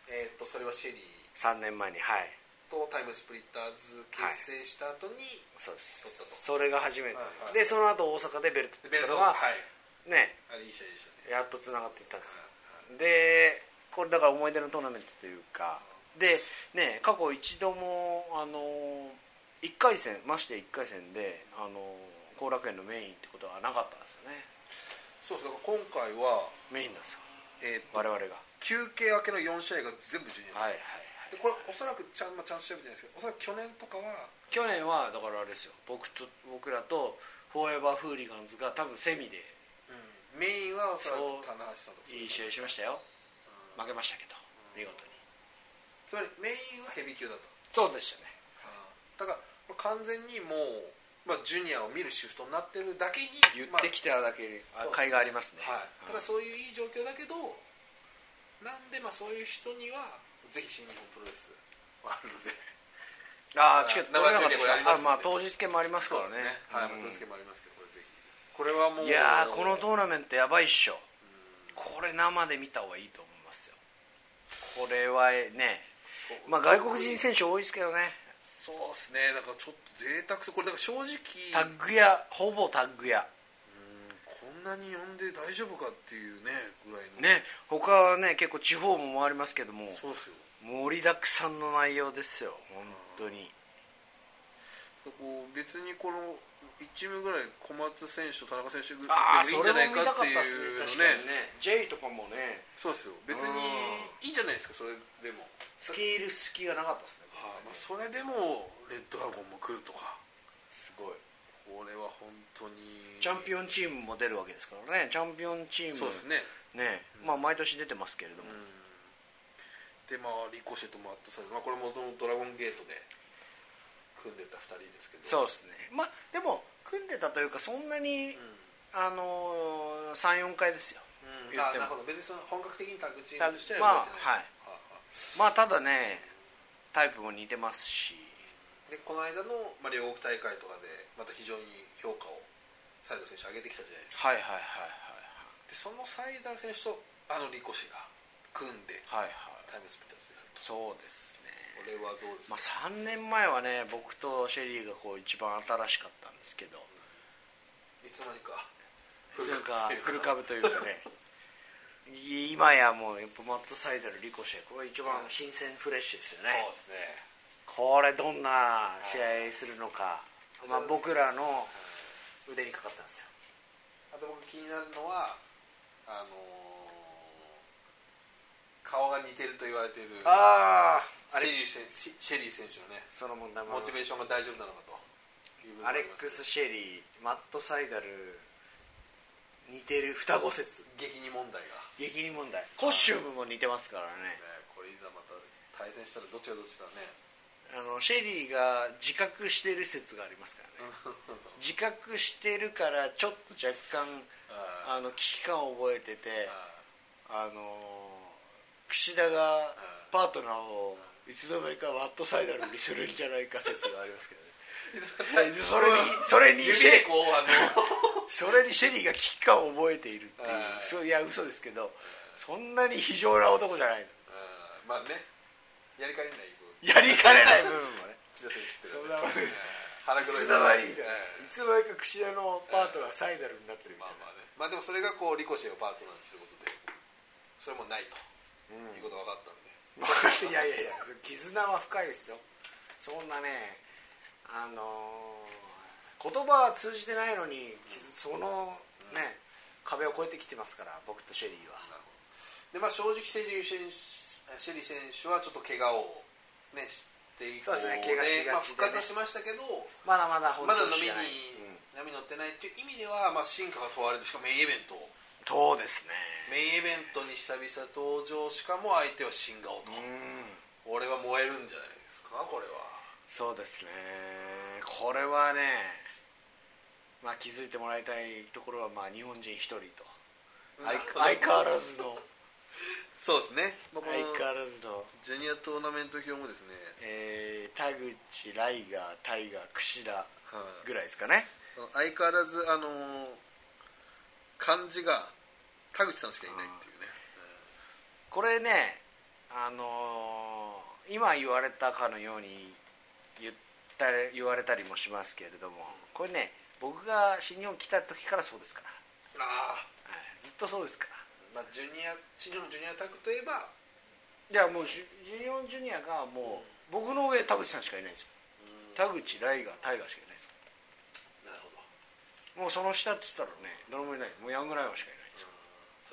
えっ、とそれはシェリー3年前にはいとタイムスプリッターズ結成した後に、そうです取ったとそれが初めて、はいはいでその後大阪でベルトでベルトは、は、はいねあれいい試合でしたねやっとつながっていったんですでこれだから思い出のトーナメントというかでね過去一度もあの1回戦まして1回戦であの後楽園のメインってことはなかったんですよねそうですだから今回はメインなんですよえーと我々が休憩明けの4試合が全部ジュニア、はいはいはいでこれおそらくちゃん,、まあ、ちゃんと調べてないですけどおそらく去年とかは去年はだからあれですよ僕と僕らとフォーエバーフーリガンズが多分セミでうんメインはおそらく棚橋さんとかいい試合しましたよ負けましたけど見事につまりメインはヘビー級だとそうでしたねだからこれ完全にもう、まあ、ジュニアを見るシフトになってるだけに言ってきただけにまあそう甲斐がありますねはい、ただそういういい状況だけどなんでまあそういう人にはぜひ新日本プロレスワールドでああチケット取れなかったです生中継あもやりますんでまあ当日券もありますからねはい、うんまあ、助けもありますけどこれぜひこれはもういやーこのトーナメントやばいっしょこれ生で見た方がいいと思いますよこれはねそうまあ外国人選手多いですけどねそうですねだからちょっと贅沢そうこれだから正直タッグ屋ほぼタッグ屋こんなに呼んで大丈夫かっていうねぐらいのね他はね結構地方も回りますけどもそうですよ盛りだくさんの内容ですよ本当にこう別にこの1名ぐらい小松選手と田中選手ぐああらいでそもいれいんじゃも見ないたかっかってたでいすね確かにね J とうのねかもねそうですよ別にいいじゃないですかそれでもスケール隙がなかったですねはいまあ、それでもレッドドラゴンも来るとかすごいこれは本当にチャンピオオンンチームも出るわけですからねチャンピオンチームそうですねねまあ毎年出てますけれどもでまあリコシェとマットサイド、まあ、これもともとドラゴンゲートで組んでた2人ですけどそううですねまあでも組んでたというかそんなにん、あのー34回ですようん、言っあてなるもほど別にその本格的にタッグチームとしてまあは動いてはいない、まあただねタイプも似てますしい、でこの間の、まあ、両国大会とかでまた非常に評価をサイドル選手上げてきたじゃないですかはいはいはいでそのサイダー選手とあのリコシェが組んではいはいはいタイムスピッターズでやるとそうですねこれはどうですまか、あ、3年前はね僕とシェリーがこう一番新しかったんですけどいつの間にかなんか古古株というかねい今やもうやっぱマットサイダルリコシェこれ一番新鮮フレッシュですよねそうですねこれどんな試合するのか、まあ、僕らの腕にかかったんですよあと僕気になるのはあのー顔が似てると言われてるああシれェリー選シシェリー選手のねその問題もあモりますチベーションが大丈夫なのかという部分もアあレりッますクス・シェリーマットサイダル似てる双子説激似問題が、激に問題コスチュームも似てますからねね、これいざまた対戦したらどっちがどっちかね あのシェリーが自覚してる説がありますからね自覚してるからちょっと若干ああの危機感を覚えててああのー櫛田がパートナーをいつの間にかワットサイダルにするんじゃないか説がありますけ どね それにそれに指で こうあのそれにシェリーが危機感を覚えているっていうはいそういや嘘ですけどそんなに非常な男じゃないうんまあねやりかねない部分やりかねない部分もね内田選手ってそんのなはもんねうん腹い黒いつの間にみたいなうんいつの間にか櫛田のパートナーサイダルになってるみたまいあまあねまあでもそれがこうリコシェをパートナーにすることでそれもないと、いうことが分かったんなでいやいやいや絆は深いですよそんなねあのー言葉は通じてないのに傷そのね壁を越えてきてますから僕とシェリーはでまあ正直シェリー選手シェリー選手はちょっと怪我をねして以降そうですね怪我しがまあ、ち復でね活はしましたけどまだまだ本まだ調波子にじゃない、うん波に乗ってないっていう意味では、まあ、進化が問われるしかもメインイベントそうですねメインイベントに久々登場しかも相手は新顔と、うん俺は燃えるんじゃないですかこれはそうですねこれはね、まあ、気づいてもらいたいところはまあ日本人一人と相相変わらずのそうですね、まあ、こ相変わのらずの、ジュニアトーナメント表もですねえー田口ライガータイガー櫛田いぐらいですかね、あの相変わらずあのー漢字が田口さんしかいないっていうねこれねあのー今言われたかのように言った言われたりもしますけれどもこれね僕が新日本来た時からそうですから、ああはいずっとそうですからまあジュニア新日本ジュニアタッグといえばいやもうジュジュニオンジュニアがもう僕の上田口さんしかいないんですよ田口ライガータイガーしかいないんですよなるもほどうその下っつったらね誰もいないもうヤングライオンしかいないんです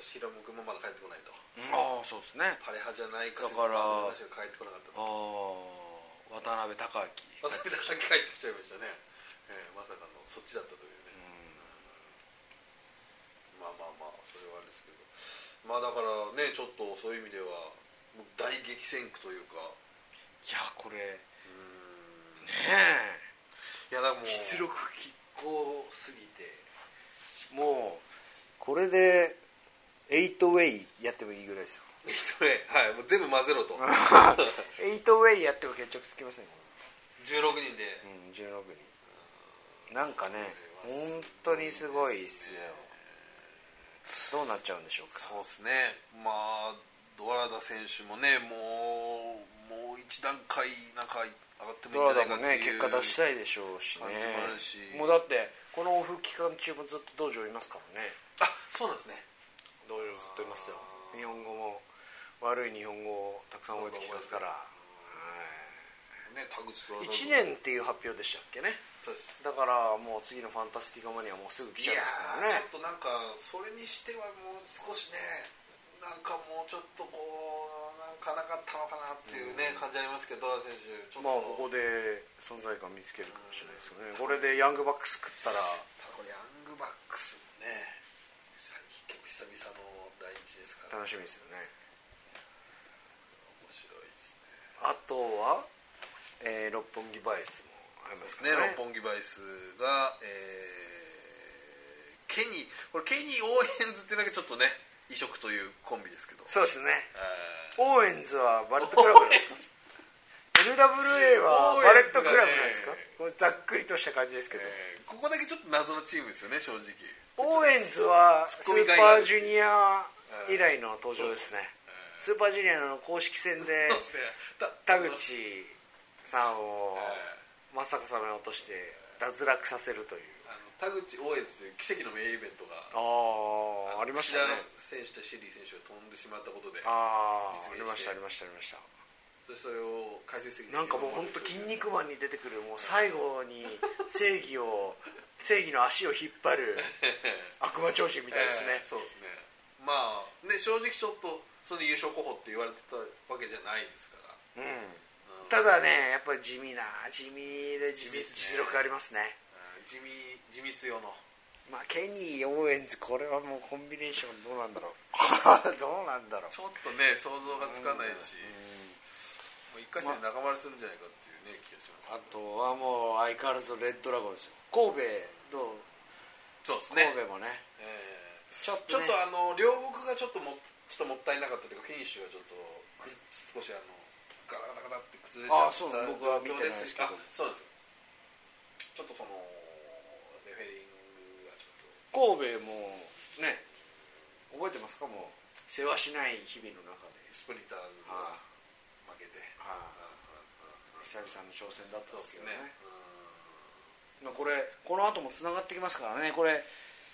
よそしてヒロム君もまだ帰ってこないとああそうですねパレハじゃないだかから説明の話が帰ってこなかったああと渡辺隆明渡辺さん帰ってきちゃいましたね、えーまさかのそっちだったというね、まあまあまあそれはあれですけどまあだからねちょっとそういう意味ではもう大激戦区というかいやこれねいやだからもう出力拮抗すぎてもうこれで8ウェイやってもいいぐらい ですよ一人 はいもう全部混ぜろと 8ウェイやっても決着つきませんよ16人で、うん16人なんかね本当にすごいですよどうなっちゃうんでしょうかそうですねまあドラダ選手もねもうもう一段階なんか上がってドもいいんラじダもゃないかってねい結う果出したいでしょうしね感じもあるしもうだってこのオフ期間中もずっと道場いますからねあそうなんですね道場ずっといますよ日本語も悪い日本語をたくさん覚えてきてますからね田口ドラダ1年っていう発表でしたっけねそうですだからもう次の「ファンタスティカマニア」もうすぐ来いちゃいやますからーねちょっとなんかそれにしてはもう少しねなんかもうちょっとこうなんかなかったのかなっていうね、感じありますけどドラダ選手ちょっと、まあここで存在感見つけるかもしれないですよねこれでヤングバックス食ったらただこれヤングバックスもね久々久々の来日ですから楽しみですよね面白いですねあとは、えー六本木バイスもありそまうですかすねらね六本木バイスが、えーケニーこれケニー・オーエンズっていうだけちょっとね異色というコンビですけどそうですねえオーエンズはバレットクラブなんですか NWA はバレットクラブなんですかオーエンズこれざっくりとした感じですけど、ーここだけちょっと謎のチームですよね正直オーエンズはスコミーがいないパージュニア以来の登場ですね、えスーパージュニアの公式戦でーそうですねた田口さんをえまさかさまに落として脱落させるというあの田口オーエンズという奇跡のメインイベントがああありましたね吉田選手とシェリー選手が飛んでしまったことであああ実り現まししてたありましたありましたそしてそれを解説的になんかもう本当筋 肉マンに出てくるもう最後に正義を正義の足を引っ張 る悪魔超人みたいですねえー、そうですねまあね正直ちょっとその優勝候補って言われてたわけじゃないですからうんただねやっぱり地味な地味で地実味ですね実力ありますねあー地味地味強のまあケニー・オーエンズこれはもうコンビネーションどうなんだろ うどうなんだろうちょっとね想像がつかないし、もう一回戦で仲間割れするんじゃないかっていうね気がしますあとはもう相変わらずレッドラゴンですよ神戸どうそうです神ね、戸もねえーちょっちとょっねとあの両国がちょっともちょっともったいなかったというかフィニッシュがちょっとく少しあのガラガラガラって崩れちゃあったそう僕は見てないですけどあそうなんですよちょっとそのレフェリングがちょっと神戸もね覚えてますかもう世話しない日々の中でスプリターズがあ負けてああうんうんうん久々の挑戦だったんそうでですすけどねねうんまあこれこの後もつながってきますからねこれ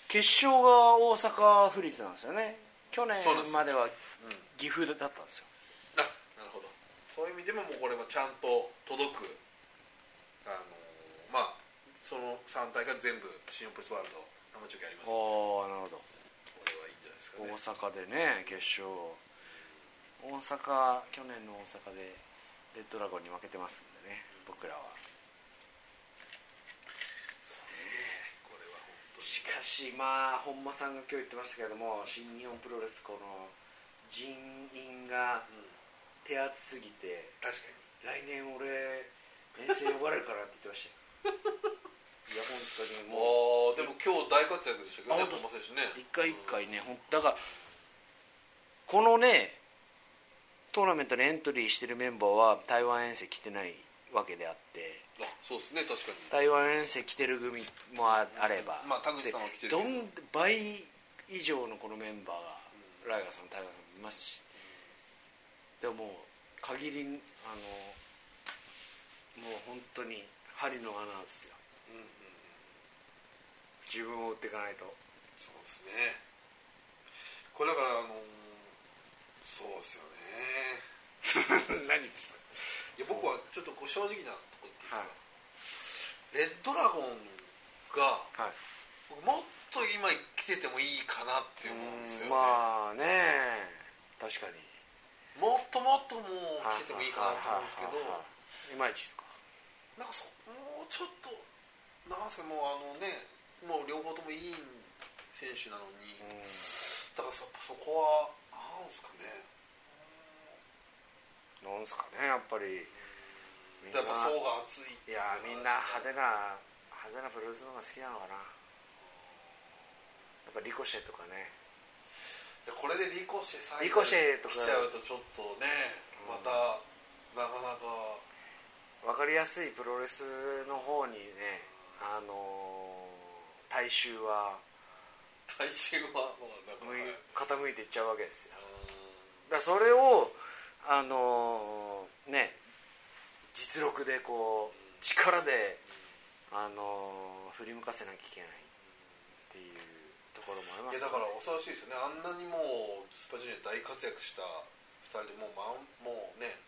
決勝が大阪府立なんですよね去年そうなんですまではうん岐阜だったんですよあなるほどそういう意味でももうこれはちゃんと届くあのーまあその3大会全部新日本プレスワールド生中継ありますこああなるほどれはいいんじゃないですか大ね阪でね決勝大阪去年の大阪でレッドラゴンに負けてますんでね僕らはそうですねこれは本当にしかしまあ本間さんが今日言ってましたけども新日本プロレスこの人員がうん手厚すぎて確か来に年俺遠征呼ばれるからって言ってましたよいや本当にもうああでも今日大活躍でしたけどあね本当本間選手ね一回一回ね、ほんだからこのねトーナメントにエントリーしてるメンバーは台湾遠征来てないわけであってあそうですね確かに台湾遠征来てる組もああれば、まあ田口さんは来てるけどでどん倍以上のこのメンバーが、ライガーさん台湾さんいますし、でももう限りあのもう本当に針の穴ですようんうん自分を打っていか ないとそうですねこれだからあのーそうですよね何いや僕はちょっとこう正直なとこ言っていいですか、はいレッドラゴンがはい僕もっと今生きててもいいかなって思うんですよ、ねまあね確かにもっともっともう生きててもいいかなと思うんですけどはははははいまいちですかなんかそもうちょっとなんせもうあのねもう両方ともいい選手なのに、うんだからそそこはなんですかねなんすかねやっぱりみんなやっぱ層が厚いっていうやかみんな派手な派手なブルースの方が好きなのかなやっぱリコシェとかねいやこれでリコシェ最リコシェとか来ちゃうとちょっとねまたなかなか分かりやすいプロレスの方にねあのー大衆は体重はまあだから向い傾うんいていっちゃうわけですよだからそれをあのーね実力でこう力であのー振り向かせなきゃいけないっていうところもありまいすやだから恐ろしいですよねあんなにもうスパジュニア大活躍した2人でもう,、まん、もうね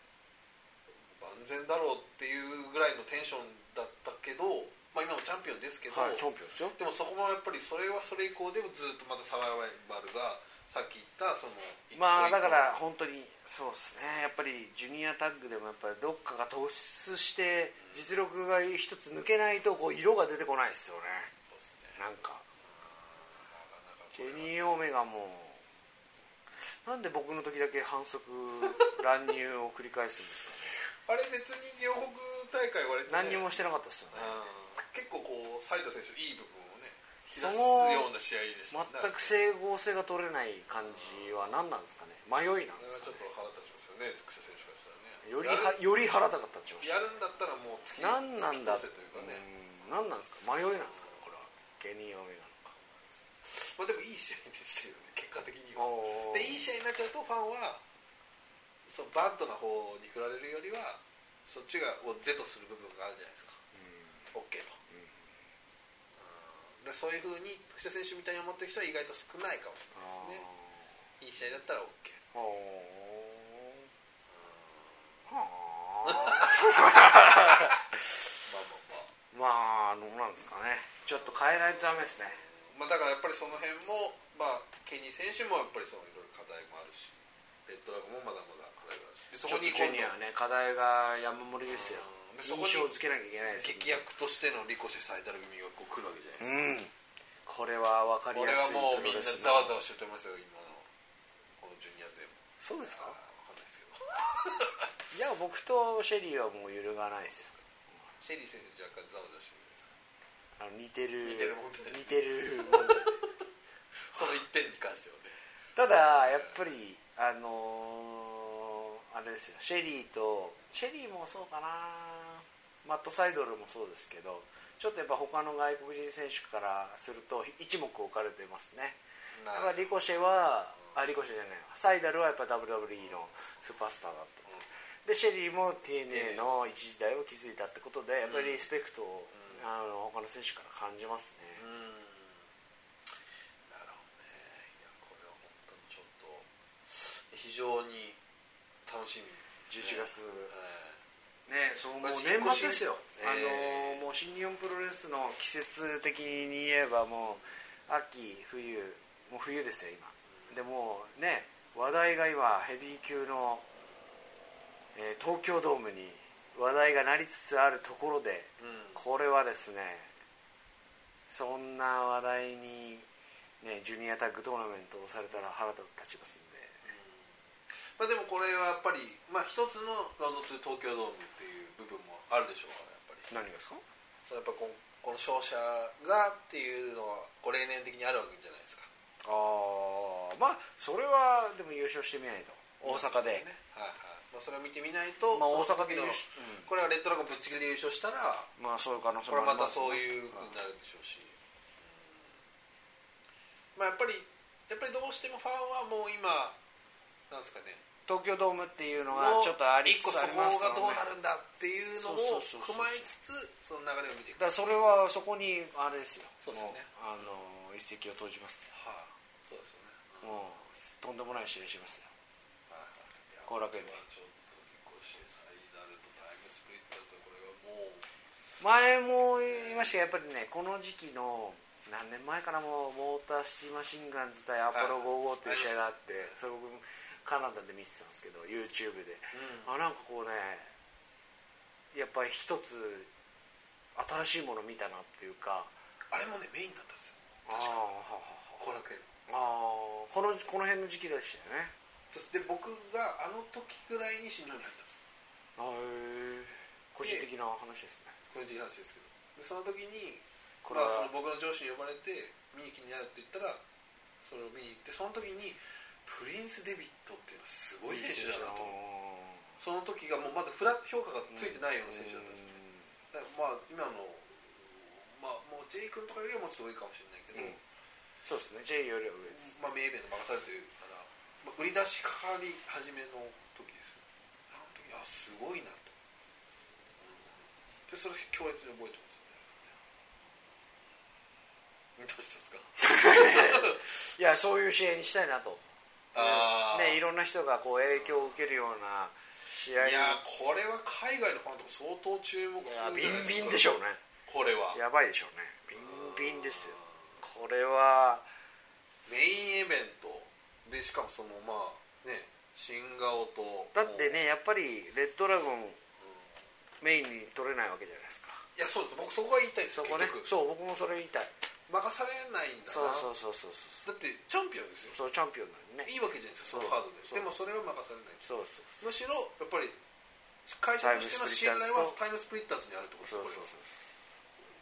万全だろうっていうぐらいのテンションだったけど、まあ、今もチャンピオンですけど、はいチャンピオンですよでもそこもやっぱりそれはそれ以降でもずっとまたサバイバルがさっき言ったその一個まあ一個だから本当にそうですねやっぱりジュニアタッグでもやっぱりどっかが突出して実力が一つ抜けないとこう色が出てこないですよねそうですねなんかなかなかこジェれはニー・オメガもなんで僕の時だけ反則乱入を繰り返すんですかねあれ別に両国大会割と、何ね、にもしてなかったですよねうん結構こうサイド選手のいい部分をね引きそ出すのような試合でしたね全く整合性が取れない感じは何なんですかね迷いなんであれすはかちょっと腹立ちますよね福田選手からしたらねよりはよりやる腹高かったっちゃいましやるんだったらもう突きた何なんだ突き通せというかね、うん何なんですか迷いなんですかねこれはジェニー・オメガのまあでもいい試合でしたよね結果的にはおーでいい試合になっちゃうとファンはそのバッドな方に振られるよりはそっちがを是とする部分があるじゃないですか OK と、うんでそういうふうに福田選手みたいに思ってる人は意外と少ないかもしあれなーいですねいい試合だったら OK ほーはまあまああまあどうなんですかねちょっと変えないとダメですねまあ、まあ、だからやっぱりその辺も、まあ、ケニー選手もやっぱりそのいろいろ課題もあるしレッドラゴンもまだまだ課題があるしでそちょっことにジュ今ニアは度ね課題が山盛りですようんでそこに印象をつけなきゃいけないですよ劇薬としてのリコシェサイタル組がこう来るわけじゃうないですか、んこれは分かりこれやはすいもうみんプロレなスざわざわしてると思いますよ今のこのジュニア勢もそうですかあーわかんないですいけどや僕とシェリーはもう揺るがないですシェリー選手若干ざわざわしてるじゃないですかあの似てる似てる問題似てる問題その一点に関してはねただやっぱりあのーあれですよシェリーとシェリーもそうかなマット・サイドルもそうですけどちょっとやっぱ他の外国人選手からすると一目置かれてますねだかならリコシェはあリコシェじゃないわサイダルはやっぱ WWE のスーパースターだったでシェリーも TNA の一時代を築いたってことでやっぱりリスペクトを、あの他の選手から感じますね、うーんなるほどねいやこれは本当にちょっと非常に楽しみですね11月はいねそうもうまあ年末ですよ、新えあーのもう新日本プロレスの季節的に言えばもう秋冬もう冬ですよ今でもうね話題が今ヘビー級の、えー東京ドームに話題がなりつつあるところで、うんこれはですねそんな話題に、ね、ジュニアタッグトーナメントをされたら腹立ちますんでまあ、でもこれはやっぱり、まあ、一つのロンドンと東京ドームっていう部分もあるでしょうからやっぱ何がりですかそれやっぱこのこの勝者がっていうのはこう例年的にあるわけじゃないですかああまあそれはでも優勝してみないと大阪でねはいはいまあ、それを見てみないと、まあその時大阪で優の勝うんこれはレッドラゴンぶっちぎりで優勝したらまあそういう可能性これはまたすねそういうふうになるでしょうし、うんまあ、やっぱりやっぱりどうしてもファンはもう今なんですかね東京ドームっていうのがもうちょっとありつ一個つそありますこから、ね、がどうなるんだっていうのそうそをうそうそう踏まえつつその流れを見ていくだからそれはそこにあれですよそうですよねもうあの一石を投じますはあ、そうですよね、よもうとんでもない試合しますよはいはいいや後楽園でこれはちょっと結構シェサイダルとタイムスプリッターズはこれはもう前も言いましたがやっぱりねこの時期の何年前からもうモーターシマシンガンズ対アポロ55っていう試合があってそれ僕カナダで見てたんですけど YouTube で、うんあなんかこうねやっぱり一つ新しいもの見たなっていうかあれもねメインだったんですよあ確ーはかははあー後楽園このこの辺の時期でしたよねそして僕があの時ぐらいに新日本に入ったんですあーへえ個人的な話ですね個人的な話ですけどでその時にここれれははその僕の上司に呼ばれて見に来になるって言ったらそれを見に行ってその時にプリンス・デビットっていうのはすごい選手だなと思ってその時がもうまだフラット評価がついてないような選手だったんですよねだからまあ今のまあもう J 君とかよりはもうちょっと多いかもしれないけうど、んそうですね J よりは上ですまあ、名弁で任されてるから、まあ、売り出しかかり始めの時ですよあの時あすごいなと、うん、でそれ強烈に覚えてますよね、うん、どうしたんですかいやそういう試合にしたいなと あーね、いろんな人がこう影響を受けるような試合いやこれは海外のファンとか相当注目いやするんビじゃないンビンでしょうねこれはやばいでしょうねビンビンですよこれはメインイベントでしかもそのまあね新顔とだってもうねやっぱりレッドラゴンメインに取れないわけじゃないですかいやそうです僕そこが言いたいですそこね結局そう僕もそれ言いたい任されないんだなそうそうそうそうそだってチャンピオンですようそうチャンピオンなのにねいいわけじゃないですかそのカードでそうでもそれは任されないそうそうむしろやっぱり会社としての信頼はタイムスプリッターズにあるってことそうそうですそう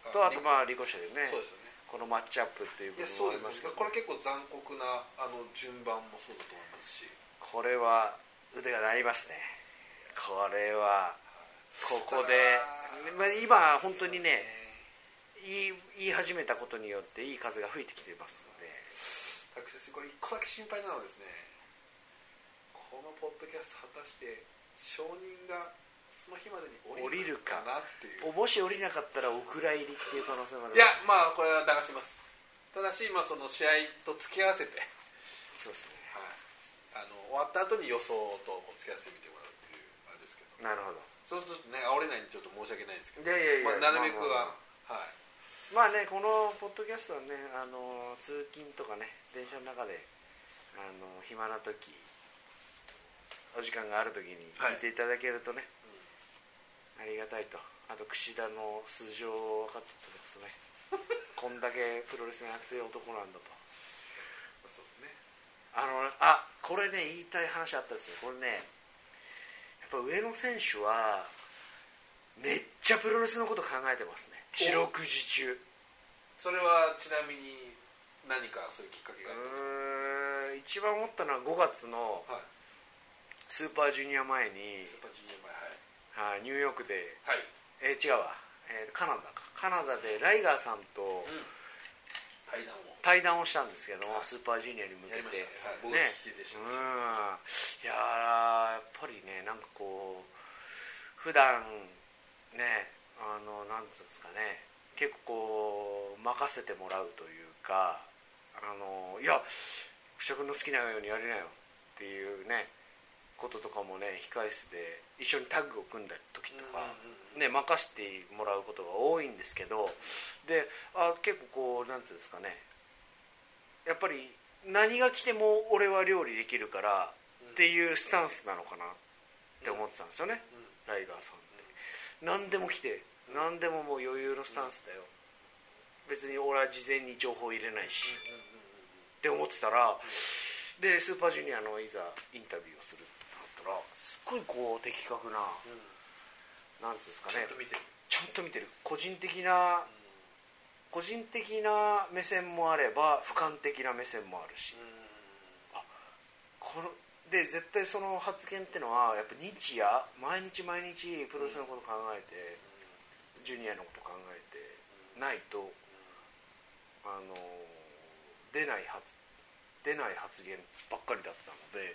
これとはあとまあリコシェでねそうですよねこのマッチアップっていうい部やそ分もうあでりますすけねどこれ結構残酷なあの順番もそうだと思いますしこれは腕が鳴りますねこれはここでまあ今本当にね言い言い始めたことによっていい風が吹いてきてますので私これ一個だけ心配なのはですねこのポッドキャスト果たして証人がその日までに降りるかなっていうおもし降りなかったらお蔵入りっていう可能性もあるいやまあこれは流しますただし今その試合と付き合わせてそうですはい、あの終わった後に予想とお付き合わせ見てもらうっていうあれですけどねなるほどそうするとね煽れないんでちょっと申し訳ないんですけいどやいやいやまあ、なるべくは、はいまあねこのポッドキャストはねあの通勤とかね電車の中であの暇な時お時間がある時に聞いていただけるとね、ありがたいとあと櫛田の素性を分かっていただくとねこんだけプロレスに熱い男なんだとまあそうですねあのあこれね言いたい話あったんですよこれねやっぱ上野選手はめっちゃプロレスのこと考えてますね四お六時中それはちなみに何かそういうきっかけがあったんですうーん一番思ったのは5月のか、はい、スーパージュニア前にスーパージュニあアニューヨークでえー前はい、はい違うわ、えーカナダかカナダでライガーさんとうん、対談対談ををしたんですけども、はいスーパージュニアに向けやりましてたねはいね僕聞いてしうまんいましいたやーやっぱりねなんかこう普段ねあのなんつうんですかね結構こう任せてもらうというかあのいや不織の好きなようにやりなよっていうねこととかもね控え室で一緒にタッグを組んだ時とか、うんうんうんね、任せてもらうことが多いんですけどであ結構こうなんつうんですかねやっぱり何が来ても俺は料理できるからっていうスタンスなのかなって思ってたんですよね、ライガーさんって、何でも来て何でももう余裕のスタンスだよ別に俺は事前に情報入れないし、って思ってたらでスーパージュニアのいざインタビューをするってなったらすっごいこう的確な、なんつうんですかちゃねんと見てる、ちゃんと見てる個人的な個人的な目線もあれば俯瞰的な目線もあるし、あこので絶対その発言ってのはやっぱ日夜毎日毎日プロレスのこと考えて、ジュニアのこと考えてないと、あの出ない発出ない発言ばっかりだったので。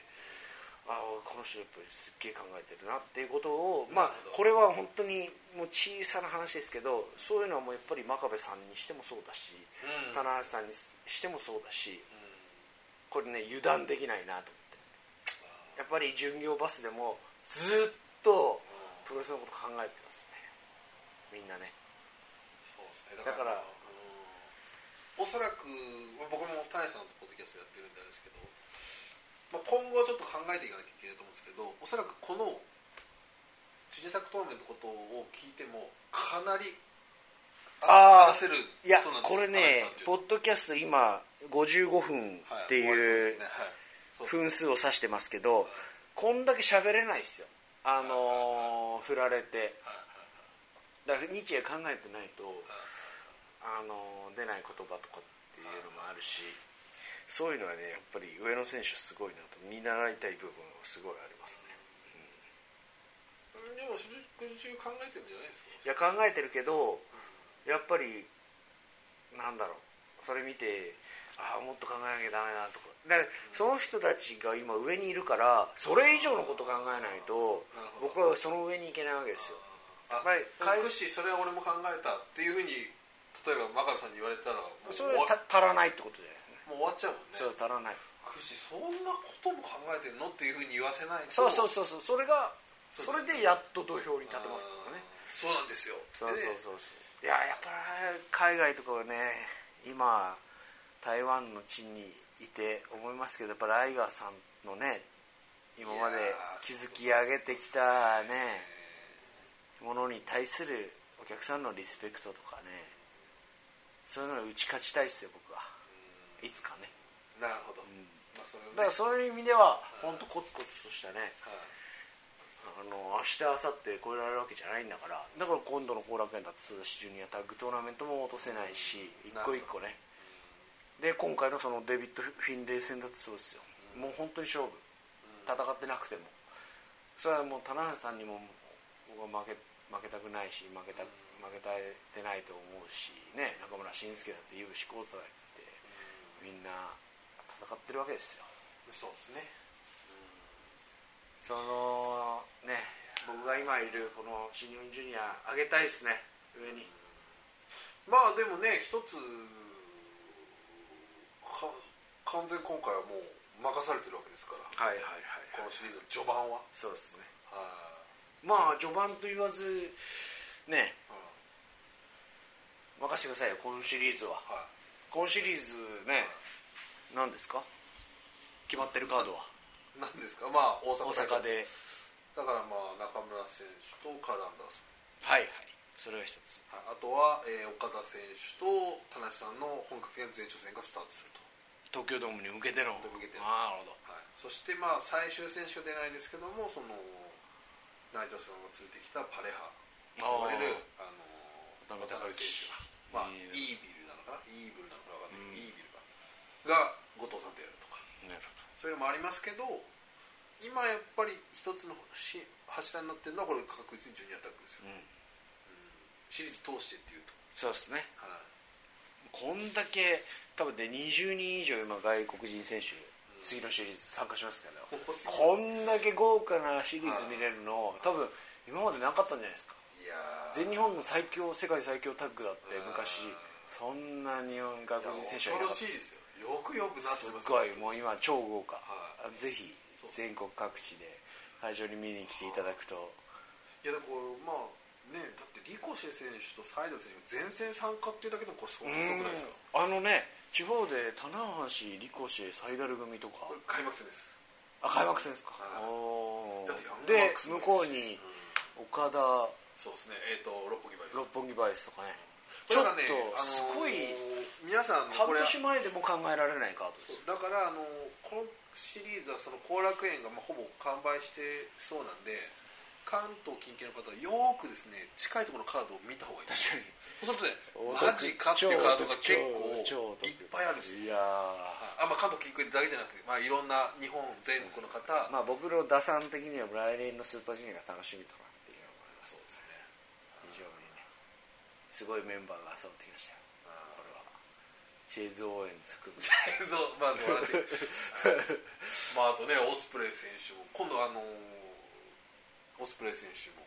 あーこの人やっぱりすっげえ考えてるなっていうことをまあなるほどこれは本当にもう小さな話ですけどそういうのはもうやっぱり真壁さんにしてもそうだし、うん棚橋さんにしてもそうだし、これね油断できないなと思ってやっぱり巡業バスでもずっとプロレスのこと考えてますねみんなねそうですねだからうんおそらく、まあ僕も田内さんとポッドキャストやってるんであれですけど、まあ、今後はちょっと考えていかなきゃいけないと思うんですけどおそらくこのジュニアタクトーナメントのことを聞いてもかなりあー話せるいや人なんですこれねポ田ッドキャスト今55分っていうう分数を指してますけどこんだけ喋れないですよあのー振られてだから日夜考えてないとあのー出ない言葉とかっていうのもあるしそういうのはねやっぱり上野選手すごいなと見習いたい部分はすごいありますねでも主君中考えてるんじゃないですかいや考えてるけどやっぱりなんだろうそれ見てああもっと考えなきゃダメだとかだからその人たちが今上にいるからそれ以上のこと考えないとなるほ僕はどその上に行けないわけですよあはいかくしそれは俺も考えたっていうふうに例えば真壁さんに言われたらもうそ終れはわた足らないってことじゃないですかねもう終わっちゃうもんねそれは足らないくしそんなことも考えてんのっていうふうに言わせないとそうそうそうそうそれがそそうれでやっと土俵に立てますからねあーそうなんですよそうそうそううそういややっぱ海外とかはね今台湾の地にいて思いますけどやっぱライガーさんのね今までいやー築き上げてきたねものに対するお客さんのリスペクトとかねそういうのに打ち勝ちたいっすよ僕はいつかねなるほど、まあそれをだかねらそういう意味では本当コツコツとしたねはいあの明日明後日超えられるわけじゃないんだからだから今度の後楽園だってそうだしジュニアタッグトーナメントも落とせないし一個一個ねで今回のそのデビッド・フィンレイ戦だってそうですよもう本当に勝負戦ってなくてもそれはもう棚橋さんにも僕は負け負けたくないし負けた負けたてないと思うしね中村慎介だって井口浩太だってみんな戦ってるわけですよそうですねそのね僕が今いるこの新日本ジュニア上げたいですね上にまあでもね一つか完全に今回はもう任されてるわけですからはいはいはいこのシリーズの序盤はそうですねはまあ序盤と言わずねいう任んせてくださいよ今シリーズははい今シリーズね何ですか決まってるカードはなんですかまあ大大阪阪でだからまあ中村選手とカール・アンダーソンはいはいそれが一つはいあとは、えー岡田選手と田無さんの本格的な前哨戦がスタートすると、東京ドームに向けてのに向けてのああなるほはい、そしてまあ最終戦しか出ないんですけどもその内藤さんが連れてきたパレハと呼ばれるあの渡渡辺選辺手選手がが、まあ、いいねイービルなのかなイービルなのかなわかんない、イービルかが後藤さんとやるとかどなるそういうのもありますけど今やっぱり一つのし柱になってるのはこれ確実にジュニアタックですよ、ほどうんシリーズ通してっていうと、そうですねはいこんだけ多分で20人以上今外国人選手次のシリーズ参加しますから、多すぎるこんだけ豪華なシリーズ見れるの多分今までなかったんじゃないですかいやー全日本の最強世界最強タッグだって昔そんな日本外国人選手はいやなかっ恐ろたしいでですすよよくよくなってすますっごいもう今超豪華、はぜひそう全国各地で会場に見に来ていただくといやだからまあねだってリコシェ選手とサイドル選手が前線参加っていうだけでもこれ相当すごくないですかあのね地方で棚橋リコシェサイダル組とかこれ開幕戦ですあ開幕戦ですか、はいおーだってヤングマッでクスも向こうに岡田そうですねえっ、と六本木バイス六本木バイスとかねこちょっれがねとすごいあのー皆さんの半これ年前でも考えられないカードですだからあのこのシリーズはその後楽園がまあほぼ完売してそうなんで関東近県の方はよーくですね近いところのカードを見た方がいい確かにそうするとおね得マジかっていうカードが結超お構得いっぱいあるんですよいやあまあ、関東近県だけじゃなくて、まあ、いろんな日本全国の方、ーまあ僕の打算的には来年のスーパージュニアが楽しみとかっていうのがそうですね非常にねすごいメンバーが揃ってきましたよこれはシェーズ・オーエンズ含めて そうまあ笑ってるまああとねオスプレイ選手も今度あのーオスプレイ選手も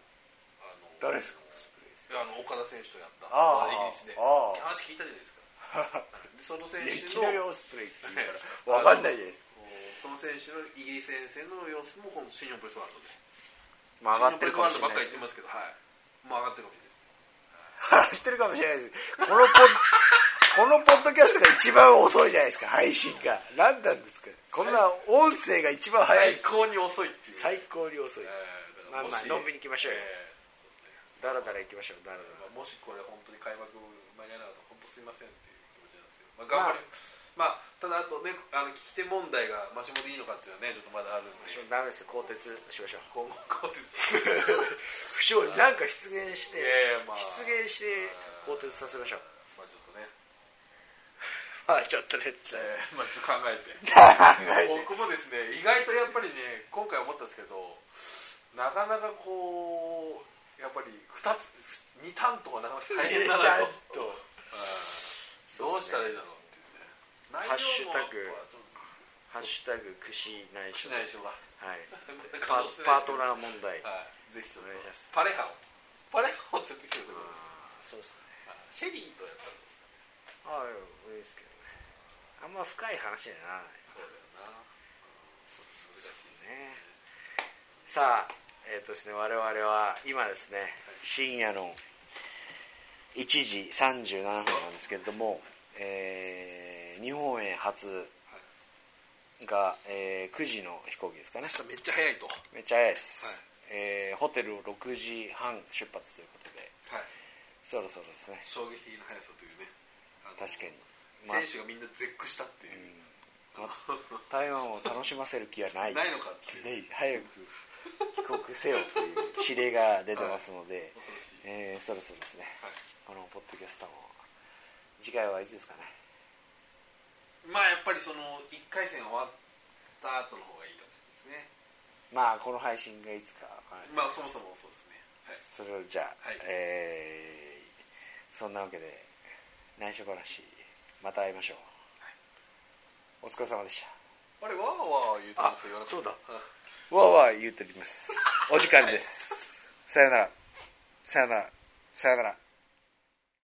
あの ー誰ですかオスプレイ選手あの岡田選手とやったあーまイギリスであー話聞いたじゃないですか はいでその選い手きなりのオスプレイって言うから分かんないじゃないですかその選手のイギリス遠征の様子も今度新日本プレスワールドでまあ上がってるかもしれな新日い本プレですスワールドばっかり言ってますけどはいもう上がってるかもしれないですね 払ってるかもしれないですこのポッここ のポッドキャストが一番遅いじゃないですか配信が何なんですかこんな音声が一番早い最高に遅いっていう最高に遅いえーだまあからまもあしのんびり行きましょうよえーそうですねだらだら行きましょうだらだまあもしこれ本当に開幕間に合わなかったら本当すいませんっていう気持ちなんですけど、まあ、頑張る、まあ、ただあとねあの聞き手問題がマシモでいいのかっていうのはねちょっとまだあるのでらダメですよ鋼鉄しましょう今後こう です不祥事なんか出現していやいやまあ出現して鋼鉄させましょうまあちょっとね、まあちょっとねえーまあちょっと考えて 僕もですね意外とやっぱりね今回思ったんですけどなかなかこうやっぱり2つ2担当がなかなか大変だ なととどうしたらいいだろうっていうね内ハッシュ容もタやっグぱちょっとハッシュタグ串内し緒ないでしょうがはいパ稼働してなパいーですけトどナー問題はい、ぜひちょっとお願いしますパレハをパレハを連れてきてくだそうですねさいあシェリーとやったんですねああいいですけどねあんま深い話にはならないそうだよな、うん難しいですねねさあえっ、とですね我々は今ですね深夜の1時37分なんですけれども、えー日本へ初が、えー9時の飛行機ですかね明日めっちゃ早いとはめっちゃ早いです、えーホテルを6時半出発ということでいそろそろですね衝撃的な速さというねあの確かに、ま選手がみんな絶句したっていう、台湾を楽しませる気はないないのかっていう、で早く帰国せよという指令が出てますので、恐ろしいえーそろそろですね、はいこのポッドキャストも次回はいつですかねまあやっぱりその1回戦終わった後の方がいいかもしれないですねまあこの配信がいつかわからないです、まあそもそもそうですねはいそれをじゃあ、はいえーそんなわけで内緒話また会いましょう、お疲れ様でしあれわーわー言うと思いますよあ言わなかったたわーわー言うておりますお時間です、さよならさよならさよなら